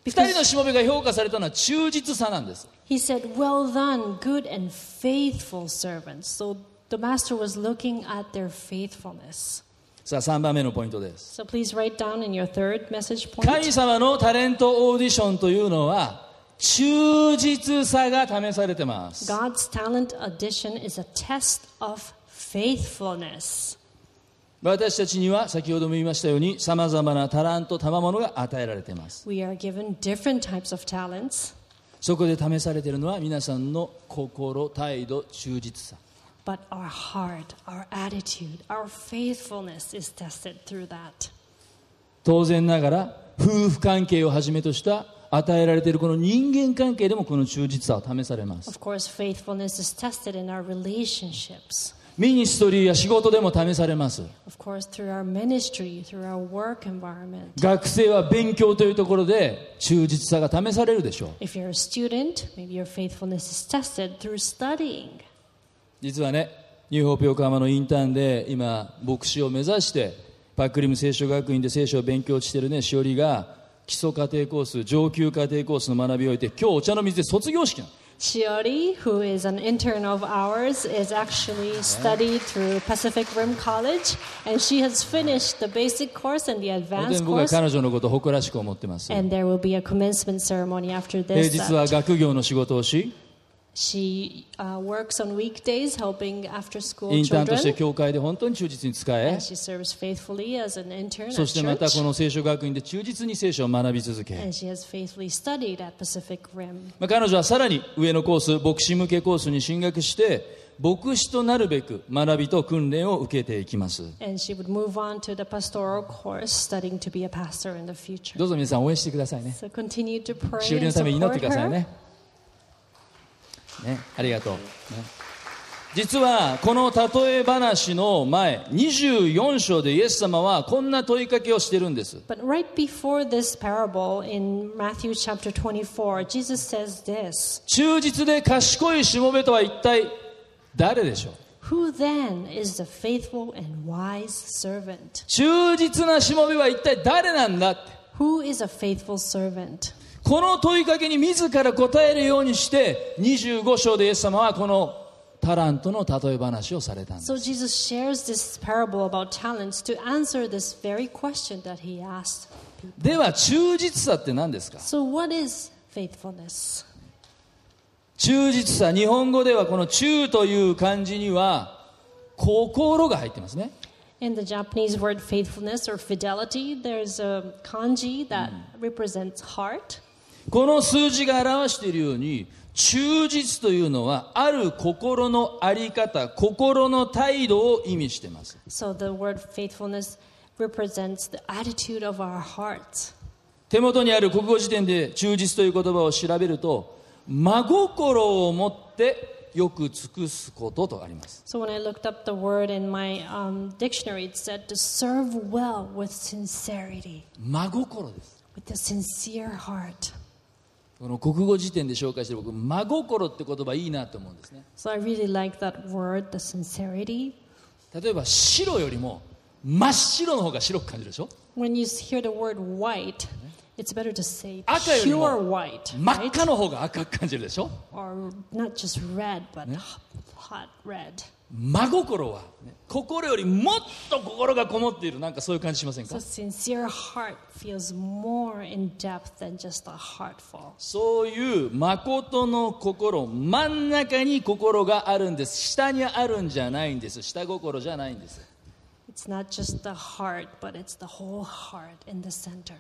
Speaker 3: 二人のしもべが評価されたのは忠実さなんです
Speaker 4: He said, Well done, good and faithful servants. So the master was looking at their faithfulness.
Speaker 3: さあ3番目のポイントです
Speaker 4: So please write down in your third message
Speaker 3: 神
Speaker 4: point.
Speaker 3: 様のタレントオーディションというのは忠実さが試されてます
Speaker 4: God's talent addition is a test of faithfulness.
Speaker 3: 私たちには先ほども言いましたようにさまざまなタラント賜物が与えられています
Speaker 4: We are given different types of talents,
Speaker 3: そこで試されているのは皆さんの心態度忠実さ
Speaker 4: but our heart, our attitude, our faithfulness is tested through that.
Speaker 3: 当然ながら夫婦関係をはじめとした与えられているこの人間関係でもこの忠実さは試されます
Speaker 4: Of course, faithfulness is tested in our relationships.
Speaker 3: ミニストリーや仕事でも試されます
Speaker 4: Of course, through our ministry, through our work environment.
Speaker 3: 学生は勉強というところで忠実さが試されるでしょう
Speaker 4: If you're a student, maybe your faithfulness is tested through studying.
Speaker 3: 実はねニューホープ横浜のインターンで今牧師を目指してパックリム聖書学院で聖書を勉強してるねしおりが基礎家庭コース上級家庭コースの学びを終えて今日お茶の水で卒業式なの
Speaker 4: Shiori, who is an intern of ours, is actually studied through Pacific Rim College, and she has finished the basic course
Speaker 3: 本当
Speaker 4: and the
Speaker 3: に
Speaker 4: advanced
Speaker 3: 僕は
Speaker 4: course.
Speaker 3: 彼女のことを誇らしく思ってます平
Speaker 4: And there will be a commencement ceremony after
Speaker 3: 日
Speaker 4: this.
Speaker 3: は
Speaker 4: that
Speaker 3: 学業の仕事をし
Speaker 4: she uh, works on weekdays helping after school
Speaker 3: インターンとして
Speaker 4: children.
Speaker 3: 教会で本当に忠実に使え
Speaker 4: And she serves faithfully as an intern
Speaker 3: そ
Speaker 4: at
Speaker 3: してまたこ
Speaker 4: church.
Speaker 3: の聖書学院で忠実に聖書を学び続け
Speaker 4: And she has faithfully studied at Pacific Rim.
Speaker 3: まあ彼女はさらに上のコース牧師向けコースに進学して牧師となるべく学びと訓練を受けていきます
Speaker 4: And she would move on to the pastoral course, studying to be a pastor in the future.
Speaker 3: どうぞ皆さん応援してくださいね
Speaker 4: So continue to pray
Speaker 3: しおり
Speaker 4: and
Speaker 3: のために祈って
Speaker 4: support
Speaker 3: ください
Speaker 4: her.
Speaker 3: ねねありがとう、ね実はこの例え話の前24章でイエス様はこんな問いかけをしてるんです
Speaker 4: But right before this parable in Matthew chapter 24, Jesus says this
Speaker 3: 忠実で賢いしもべとは一体誰でしょう
Speaker 4: Who then is the faithful and wise servant?
Speaker 3: 忠実なしもべは一体誰なんだって
Speaker 4: Who is a faithful servant?
Speaker 3: この問いかけに自ら答えるようにして25章でイエス様はこのタラントの例え話をされたんです
Speaker 4: So Jesus shares this parable about talents to answer this very question that he asked.
Speaker 3: では忠実さって何ですか
Speaker 4: So, what is faithfulness?
Speaker 3: 忠実さ日本語ではこの忠という漢字には心が入ってますね
Speaker 4: In the Japanese word faithfulness or fidelity, there's a kanji that represents heart.
Speaker 3: この数字が表しているように忠実というのはある心の在り方心の態度を意味してます
Speaker 4: So the word faithfulness represents the attitude of our hearts.
Speaker 3: 手元にある国語辞典で忠実という言葉を調べると真心を持ってよく尽くすこととあります
Speaker 4: So when I looked up the word in my um, dictionary, it said to serve well with sincerity,
Speaker 3: 真心です
Speaker 4: with a sincere heart.
Speaker 3: この国語辞典で紹介している僕真心って言葉いいなと思うんですね
Speaker 4: So I really like that word, the sincerity.
Speaker 3: 例えば白よりも真っ白の方が白く感じるでしょ
Speaker 4: When you hear the word white, it's better to say
Speaker 3: 赤より
Speaker 4: pure
Speaker 3: も
Speaker 4: white,
Speaker 3: 真っ赤の方が赤く感じるでしょ
Speaker 4: or not just red, but hot, hot red.
Speaker 3: 真心はね、心よりもっと心がこもっているなんかそういう感じしません
Speaker 4: So
Speaker 3: か
Speaker 4: sincere heart feels more in depth than just a heartful.
Speaker 3: そういう誠の心真ん中に心があるんです下にあるんじゃないんです下心じゃないんです
Speaker 4: It's not just the heart, but it's the whole heart in the center.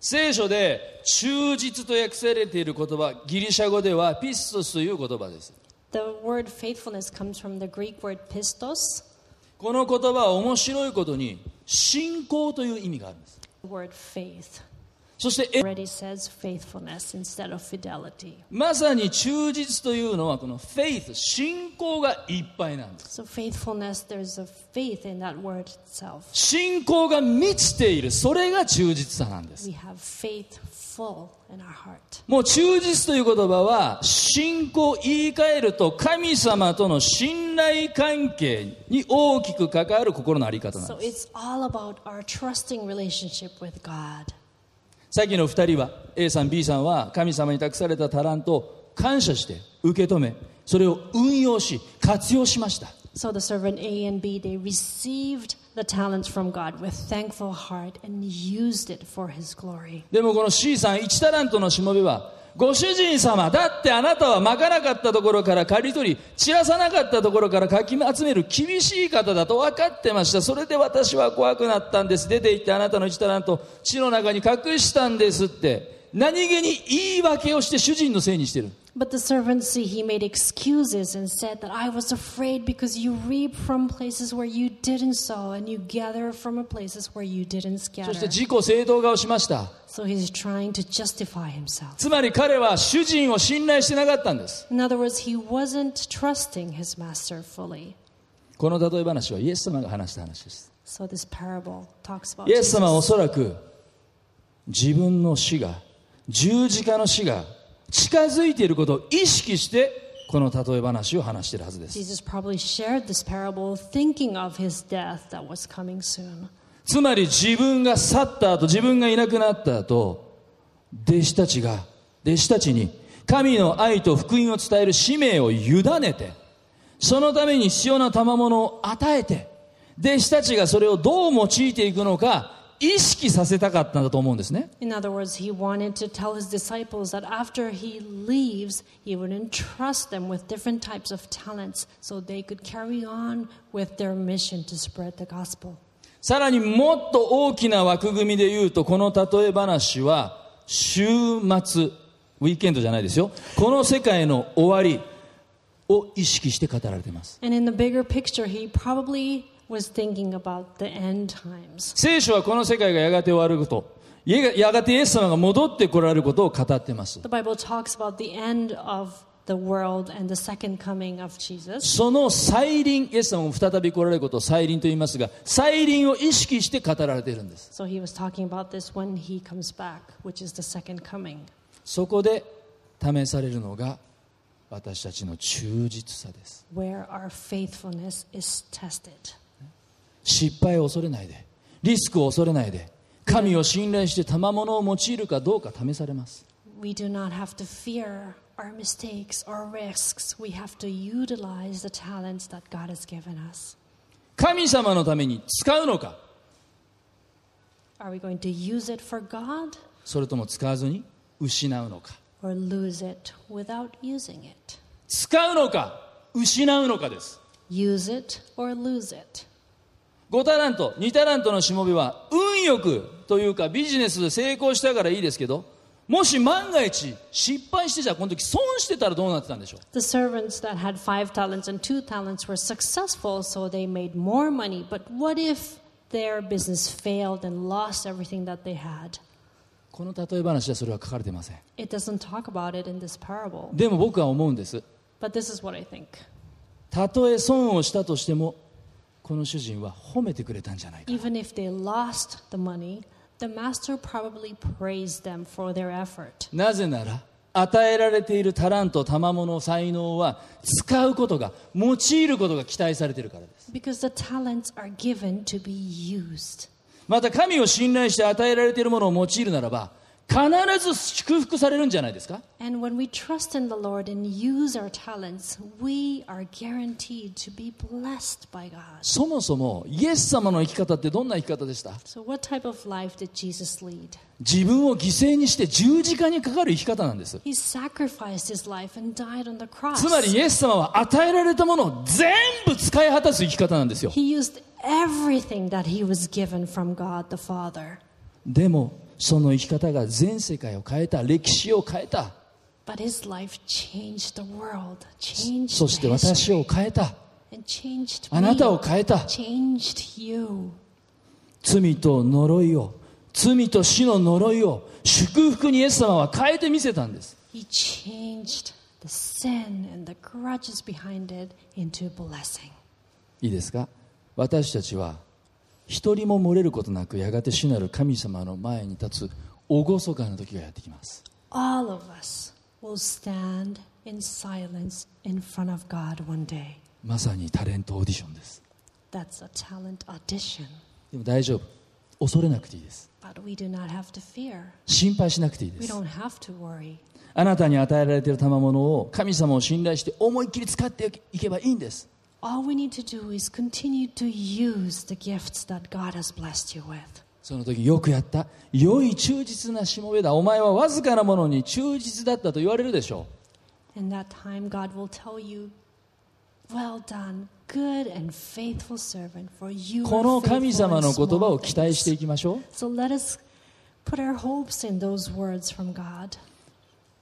Speaker 3: 聖書で忠実と訳されている言葉ギリシャ語ではピストスという言葉です
Speaker 4: The word faithfulness comes from the Greek word pistos.
Speaker 3: この言葉は面白いことに信仰という意味があるんです
Speaker 4: The word faith
Speaker 3: そしてえ
Speaker 4: already says faithfulness instead of fidelity.
Speaker 3: まさに忠実というのはこのフェイス信仰がいっぱいなんです
Speaker 4: So faithfulness, there's a faith in that word itself.
Speaker 3: 信仰が満ちているそれが忠実さなんです
Speaker 4: We have faith full in our heart.
Speaker 3: もう忠実という言葉は信仰言い換えると神様との信頼関係に大きく関わる心の在り方なん
Speaker 4: So
Speaker 3: です
Speaker 4: it's all about our trusting relationship with God.
Speaker 3: さっきの2人は A さん B さんは神様に託されたタラントを感謝して受け止めそれを運用し活用しました
Speaker 4: So the servant A and B, they received the talents from God with thankful heart and used it for his glory.
Speaker 3: でもこの C さん1タラントのしもべはご主人様だってあなたはまかなかったところから刈り取り散らさなかったところからかき集める厳しい方だと分かってましたそれで私は怖くなったんです出て行ってあなたの1タラント地の中に隠したんですって何気に言い訳をして主人のせいにしてる
Speaker 4: But the servant C, he made excuses and said that I was afraid because you reap from places where you didn't sow and you gather from places where you didn't
Speaker 3: そして
Speaker 4: scatter.
Speaker 3: 自己正当化をしました
Speaker 4: So he's trying to justify himself.
Speaker 3: つまり彼は主人を信頼してなかったんです
Speaker 4: In other words, he wasn't trusting his master fully.
Speaker 3: この例え話はイエス様が話した話です
Speaker 4: So this parable talks about
Speaker 3: イエス
Speaker 4: Jesus.
Speaker 3: 様はおそらく自分の死が十字架の死が近づいていることを意識してこの例え話を話しているはずです
Speaker 4: Jesus probably shared this parable thinking of his death that was coming soon.
Speaker 3: つまり自分が去った後自分がいなくなった後弟子たちが弟子たちに神の愛と福音を伝える使命を委ねてそのために必要な賜物を与えて弟子たちがそれをどう用いていくのか意識させたかったんだと思うんですね
Speaker 4: In other words, he wanted to tell his disciples that after he leaves, he would entrust them with different types of talents so they could carry on with their mission to spread the gospel.
Speaker 3: さらにもっと大きな枠組みで言うとこの例え話は週末ウィーケンドじゃないですよこの世界の終わりを意識して語られています
Speaker 4: And in the bigger picture, he probably was thinking about the end times.
Speaker 3: 聖書はこの世界がやがて終わることやがやがてイエス様が戻ってこられることを語っています
Speaker 4: The Bible talks about the end of the world and the second coming of Jesus.
Speaker 3: その再臨イエス様が再び来られることを再臨と言いますが再臨を意識して語られているんです
Speaker 4: So he was talking about this when he comes back, which is the second coming.
Speaker 3: そこで試されるのが私たちの忠実さです
Speaker 4: where our faithfulness is tested.
Speaker 3: 失敗を恐れないでリスクを恐れないで神を信頼して賜物を用いるかどうか試されます
Speaker 4: We do not have to fear our mistakes or risks. We have to utilize the talents that God has given us.
Speaker 3: 神様のために使うのか
Speaker 4: Are we going to use it for God
Speaker 3: それとも使わずに失うのか
Speaker 4: or lose it without using it?
Speaker 3: 使うのか失うのかです
Speaker 4: Use it or lose it.
Speaker 3: 5タラント2タラントのしもべは運よくというかビジネスで成功したからいいですけどもし万が一失敗してじゃあこの時損してたらどうなってたんでしょう
Speaker 4: The servants that had five talents and two talents were successful, so they made more money. But what if their business failed and lost everything that they had?
Speaker 3: この例え話ではそれは書かれていません
Speaker 4: It doesn't talk about it in this parable.
Speaker 3: でも僕は思うんです
Speaker 4: But this is what I think.
Speaker 3: たとえ損をしたとしてもこの主人は褒めてくれたんじゃない
Speaker 4: Even if they lost the money, the master probably praised them for their effort
Speaker 3: なぜなら与えられているタラント賜物才能は使うことが用いることが期待されているからです
Speaker 4: because the talents are given to be used.
Speaker 3: また神を信頼して与えられているものを用いるならば必ず祝福されるんじゃないですか
Speaker 4: And when we trust in the Lord and use our talents, we are guaranteed to be blessed by God.
Speaker 3: そもそもイエス様の生き方ってどんな生き方でした
Speaker 4: So, what type of life did Jesus lead?
Speaker 3: 自分を犠牲にして十字架にかかる生き方なんです
Speaker 4: He sacrificed his life and died on the cross.
Speaker 3: つまりイエス様は与えられたものを全部使い果たす生き方なんですよ
Speaker 4: He used everything that he was given from God the Father.
Speaker 3: でもその生き方が全世界を変えた歴史を変えた
Speaker 4: But his life changed the world, changed
Speaker 3: そして
Speaker 4: the history,
Speaker 3: 私を変えた
Speaker 4: and changed
Speaker 3: あ
Speaker 4: me,
Speaker 3: なたを変えた
Speaker 4: changed you.
Speaker 3: 罪と呪いを罪と死の呪いを祝福にイエス様は変えてみせたんです
Speaker 4: He changed the sin and the grudges behind it into blessing.
Speaker 3: いいですか私たちは一人も漏れることなくやがて主なる神様の前に立つ厳かな時がやってきます
Speaker 4: All of us will stand in silence in front of God one day.
Speaker 3: まさにタレントオーディションです
Speaker 4: That's a talent audition.
Speaker 3: でも大丈夫恐れなくていいです
Speaker 4: But we do not have to fear.
Speaker 3: 心配しなくていいで
Speaker 4: We
Speaker 3: す
Speaker 4: don't have to worry.
Speaker 3: あなたに与えられている賜物を神様を信頼して思いっきり使っていけばいいんです
Speaker 4: All we need to do is continue to use the gifts that God has blessed you with.
Speaker 3: その時よくやった良い忠実なしもべだお前はわずかなものに忠実だったと言われるでしょう
Speaker 4: In that time, God will tell you, Well done, good and faithful servant, for you
Speaker 3: こ
Speaker 4: are
Speaker 3: の神
Speaker 4: faithful
Speaker 3: 様
Speaker 4: in
Speaker 3: の言葉
Speaker 4: small
Speaker 3: を期待して
Speaker 4: things.
Speaker 3: いきましょう
Speaker 4: So let us put our hopes in those words from God.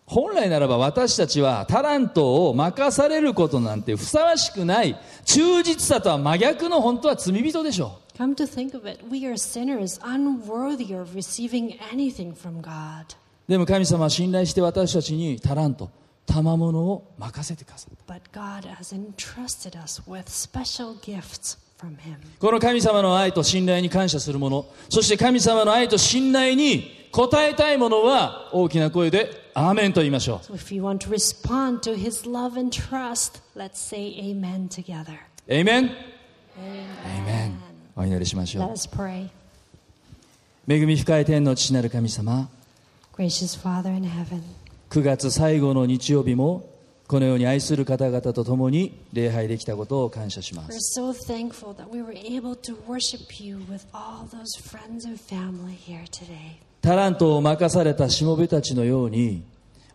Speaker 3: 本来ならば私たちはタラントを任されることなんてふさわしくない忠実さとは真逆の本当は罪人でしょ
Speaker 4: Come to think of it, we are sinners, unworthy of receiving anything from God.
Speaker 3: うでも神様は信頼して私たちにタラント賜物を任せてください
Speaker 4: But God has entrusted us with special gifts from Him.
Speaker 3: この神様の愛と信頼に感謝するものそして神様の愛と信頼に応えたいものは大きな声でアーメンと言いましょう
Speaker 4: So if you want to respond to His love and trust, let's say Amen together.
Speaker 3: エイメンエイメンお祈りしましょ
Speaker 4: Let
Speaker 3: う
Speaker 4: us pray.
Speaker 3: 恵み深い天の父なる神様
Speaker 4: Gracious Father in heaven,
Speaker 3: 9月最後の日曜日もこのように愛する方々と共に礼拝できたことを感謝しま
Speaker 4: we're
Speaker 3: す
Speaker 4: so thankful that we were able to worship you with all those friends and family here today.
Speaker 3: タラントを任されたしもべたちのように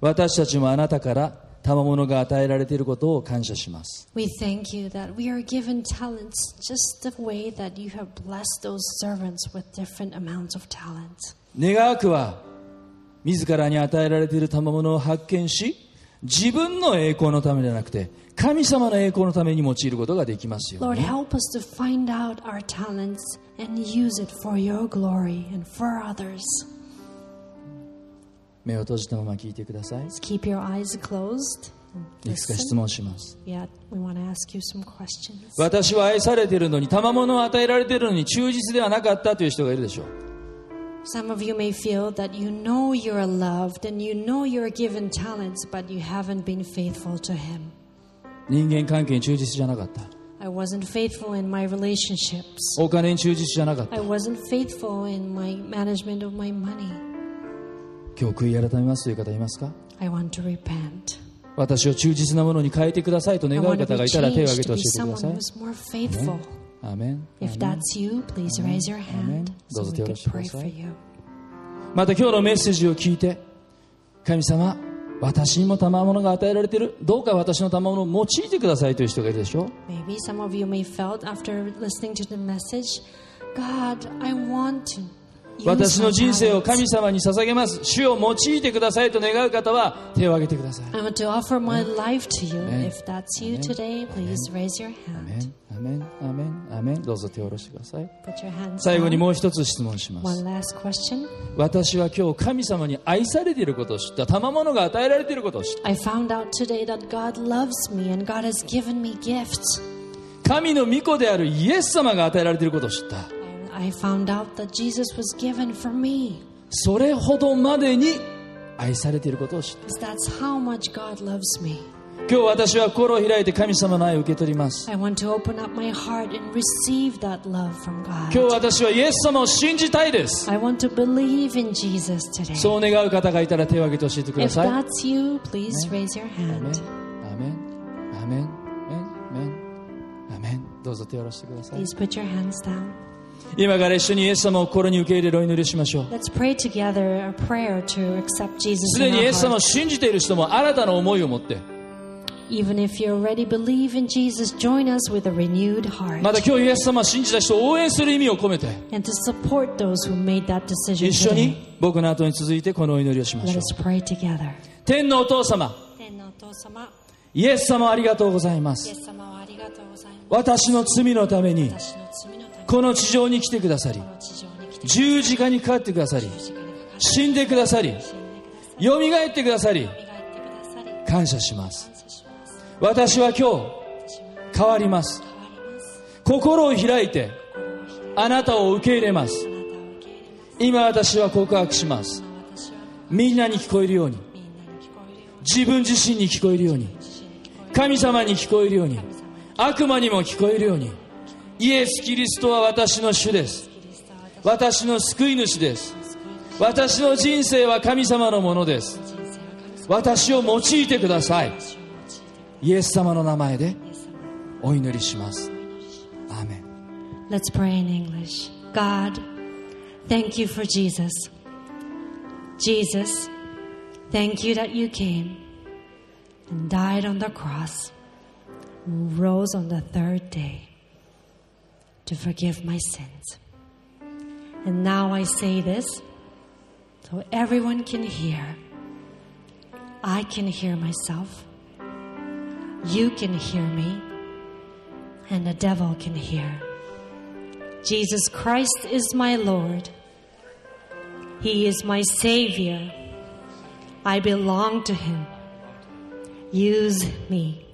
Speaker 3: 私たちもあなたから賜物が与えられていることを感謝します
Speaker 4: We thank you that we are given talents just the way that you have blessed those servants with different amounts of talent.
Speaker 3: 願わくは自らに与えられている賜物を発見し自分の栄光のためではなくて神様の栄光のために用いることができますよう
Speaker 4: Lord,
Speaker 3: に
Speaker 4: help us to find out our talents and use it for your glory and for others.
Speaker 3: 目を閉じたまま聞いてください
Speaker 4: Keep your eyes closed.
Speaker 3: いくつか質問します
Speaker 4: Yeah, we want to ask you some questions.
Speaker 3: 私は愛されているのに賜物を与えられているのに忠実ではなかったという人がいるでしょう
Speaker 4: Some of you may feel that you know you're loved and you know you're given talents, but you haven't been faithful to Him.
Speaker 3: 人間関係に忠実じゃなかった
Speaker 4: I wasn't faithful in my relationships.
Speaker 3: お金に忠実じゃなかった
Speaker 4: I wasn't faithful in my management of my money.
Speaker 3: 今日悔い改めますという方いますか
Speaker 4: I want to repent.
Speaker 3: 私を忠実なものに変えてくださいと
Speaker 4: I
Speaker 3: 願う
Speaker 4: want to
Speaker 3: 方
Speaker 4: be
Speaker 3: がいたら手を挙
Speaker 4: changed
Speaker 3: げて
Speaker 4: to
Speaker 3: 教え
Speaker 4: be
Speaker 3: てくだ
Speaker 4: someone
Speaker 3: さい
Speaker 4: who's more faithful.
Speaker 3: アーメン
Speaker 4: If
Speaker 3: アーメン
Speaker 4: that's you, please raise your hand so
Speaker 3: どうぞ
Speaker 4: we
Speaker 3: 手を挙
Speaker 4: can
Speaker 3: げてく
Speaker 4: pray
Speaker 3: ださ
Speaker 4: for
Speaker 3: い
Speaker 4: you.
Speaker 3: また今日のメッセージを聞いて神様私にも賜物が与えられているどうか私の賜物を用いてくださいという人がいるでしょう
Speaker 4: Maybe some of you may felt after listening to the message, God, I want to. use
Speaker 3: 私の
Speaker 4: my
Speaker 3: 人生を
Speaker 4: talents.
Speaker 3: 神様に捧げます主を用いてくださいと願う方は手を挙げてください
Speaker 4: I want to offer my life to you.
Speaker 3: Amen.
Speaker 4: If that's you today, please raise your hand.
Speaker 3: アーメンアーメンアーメンどうぞ手を下ろしてください
Speaker 4: Put your hands
Speaker 3: 最後に
Speaker 4: down.
Speaker 3: もう一つ質問します
Speaker 4: One last question.
Speaker 3: 私は今日神様に愛されていることを知った賜物が与えられていることを知っ
Speaker 4: I found out today that God loves me and God has given me gifts.
Speaker 3: た神の御子であるイエス様が与えられていることを知った
Speaker 4: I found out that Jesus was given for me.
Speaker 3: それほどまでに愛されていることを知った
Speaker 4: Because that's how much God loves me.
Speaker 3: 今日私は心を開いて神様の愛を受け取ります
Speaker 4: I want to open up my heart and receive that love from
Speaker 3: 今
Speaker 4: God.
Speaker 3: 日私はイエス様を信じたいです
Speaker 4: I want to believe in Jesus today.
Speaker 3: そう願う方がいたら手を挙げて教えてくだ
Speaker 4: If
Speaker 3: さい
Speaker 4: that's you, please raise your hand.
Speaker 3: アメンアメンアメンアメンどうぞ手を下ろしてください
Speaker 4: Please put your hands down.
Speaker 3: 今から一緒にイエス様を心に受け入れるお祈りしましょう
Speaker 4: Let's pray together a prayer to accept Jesus
Speaker 3: すで
Speaker 4: in
Speaker 3: にイエ
Speaker 4: our
Speaker 3: ス様を
Speaker 4: heart.
Speaker 3: 信じている人も新たな思いを持って
Speaker 4: Even if you already believe in Jesus, join us with a renewed heart.
Speaker 3: また今日イエス様を信じた人を応援する意味を込めて
Speaker 4: and to support those who made that
Speaker 3: 一
Speaker 4: decision
Speaker 3: 緒
Speaker 4: today.
Speaker 3: に僕の後に続いてこのお祈りをしま
Speaker 4: Let
Speaker 3: しょう
Speaker 4: us pray together.
Speaker 3: 天のお父様イエス様ありがとうございます私の罪のためにこの地上に来てくださり十字架にかかってくださり死んでくださりよみがえってくださり感謝します私は今日変わります心を開いてあなたを受け入れます今私は告白しますみんなに聞こえるように自分自身に聞こえるように神様に聞こえるように悪魔にも聞こえるようにイエス・キリストは私の主です私の救い主です私の人生は神様のものです私を用いてくださいイエス様の名前でお祈りしますアーメン
Speaker 4: Let's pray in English. God, thank you for Jesus. Jesus, thank you that you came and died on the cross and rose on the third day to forgive my sins. And now I say this so everyone can hear. I can hear myself. You can hear me. And the devil can hear. Jesus Christ is my Lord. He is my Savior. I belong to Him. Use me.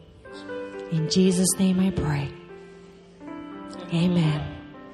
Speaker 4: In Jesus' name I pray. Amen.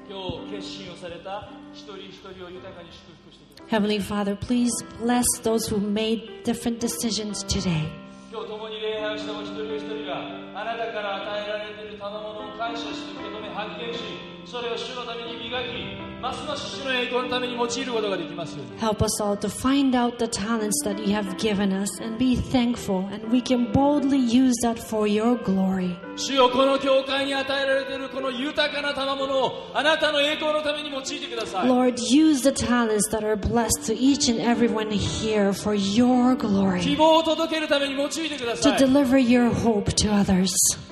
Speaker 3: 今日決心をされた一人一人を豊かに祝福してください
Speaker 4: Heavenly Father, please bless those who made different decisions today.
Speaker 3: 今日共に礼拝をしたお一人お一人があなたから与えられている賜物を感謝して受け止め発見しそれを主のために磨きますます主の栄光のために用いることができますように
Speaker 4: Help us all to find out the talents that you have given us and be thankful, and we can boldly use that for your glory.
Speaker 3: 主よこの教会に与えられているこの豊かな賜物をあなたの栄光のために用いてください
Speaker 4: Lord, use the talents that are blessed to each and everyone here for your
Speaker 3: 希
Speaker 4: glory,
Speaker 3: 望を届けるために用いてくだ
Speaker 4: to
Speaker 3: さい
Speaker 4: deliver your hope to others,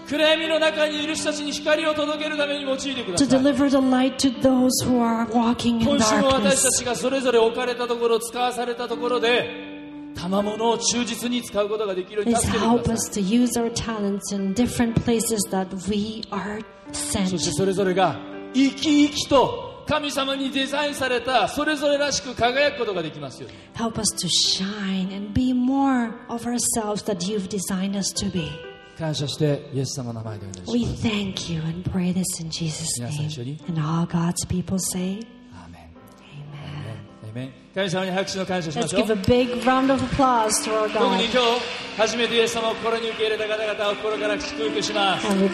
Speaker 3: 暗闇の中にいる人たちに光を届けるために用いてくだ
Speaker 4: to
Speaker 3: さい
Speaker 4: deliver the light to those who are walking in
Speaker 3: 今週も私
Speaker 4: darkness.
Speaker 3: たちがそれぞれ置かれたところ使わされたところで賜物を忠実に使うことができるように
Speaker 4: Please
Speaker 3: 助けてくだ
Speaker 4: help
Speaker 3: さい
Speaker 4: us to use our talents in different places that we are
Speaker 3: そ
Speaker 4: sent.
Speaker 3: してそれぞれが生き生きと神様にデザインされたそれぞれらしく輝くことができますように
Speaker 4: Help us to shine and be more of ourselves that you've designed us to be.
Speaker 3: 感謝してイエス様の名前でお願いします
Speaker 4: We thank you and pray this in Jesus' name. And all God's people say,
Speaker 3: アーメン神様に拍手の感謝しま
Speaker 4: Let's
Speaker 3: しょう
Speaker 4: give a big round of applause to our
Speaker 3: 特に今
Speaker 4: God.
Speaker 3: 日初めてイエス様を心に受け入れた方々を心から祝福します
Speaker 4: And we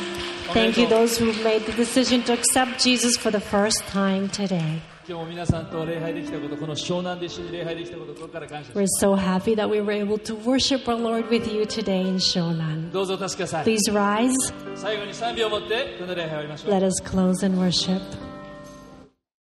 Speaker 4: thank you, those who made the decision to accept Jesus for the first time today.
Speaker 3: 今日も皆さんと礼拝できたことこの湘南で一緒に礼拝できたこと心から感謝しま
Speaker 4: We're so happy that we were able to worship our Lord with you today in Shonan.
Speaker 3: すどうぞお助けください
Speaker 4: Please rise.
Speaker 3: 最後に3秒を持ってこの礼拝を終わりましょう
Speaker 4: Let us close in worship.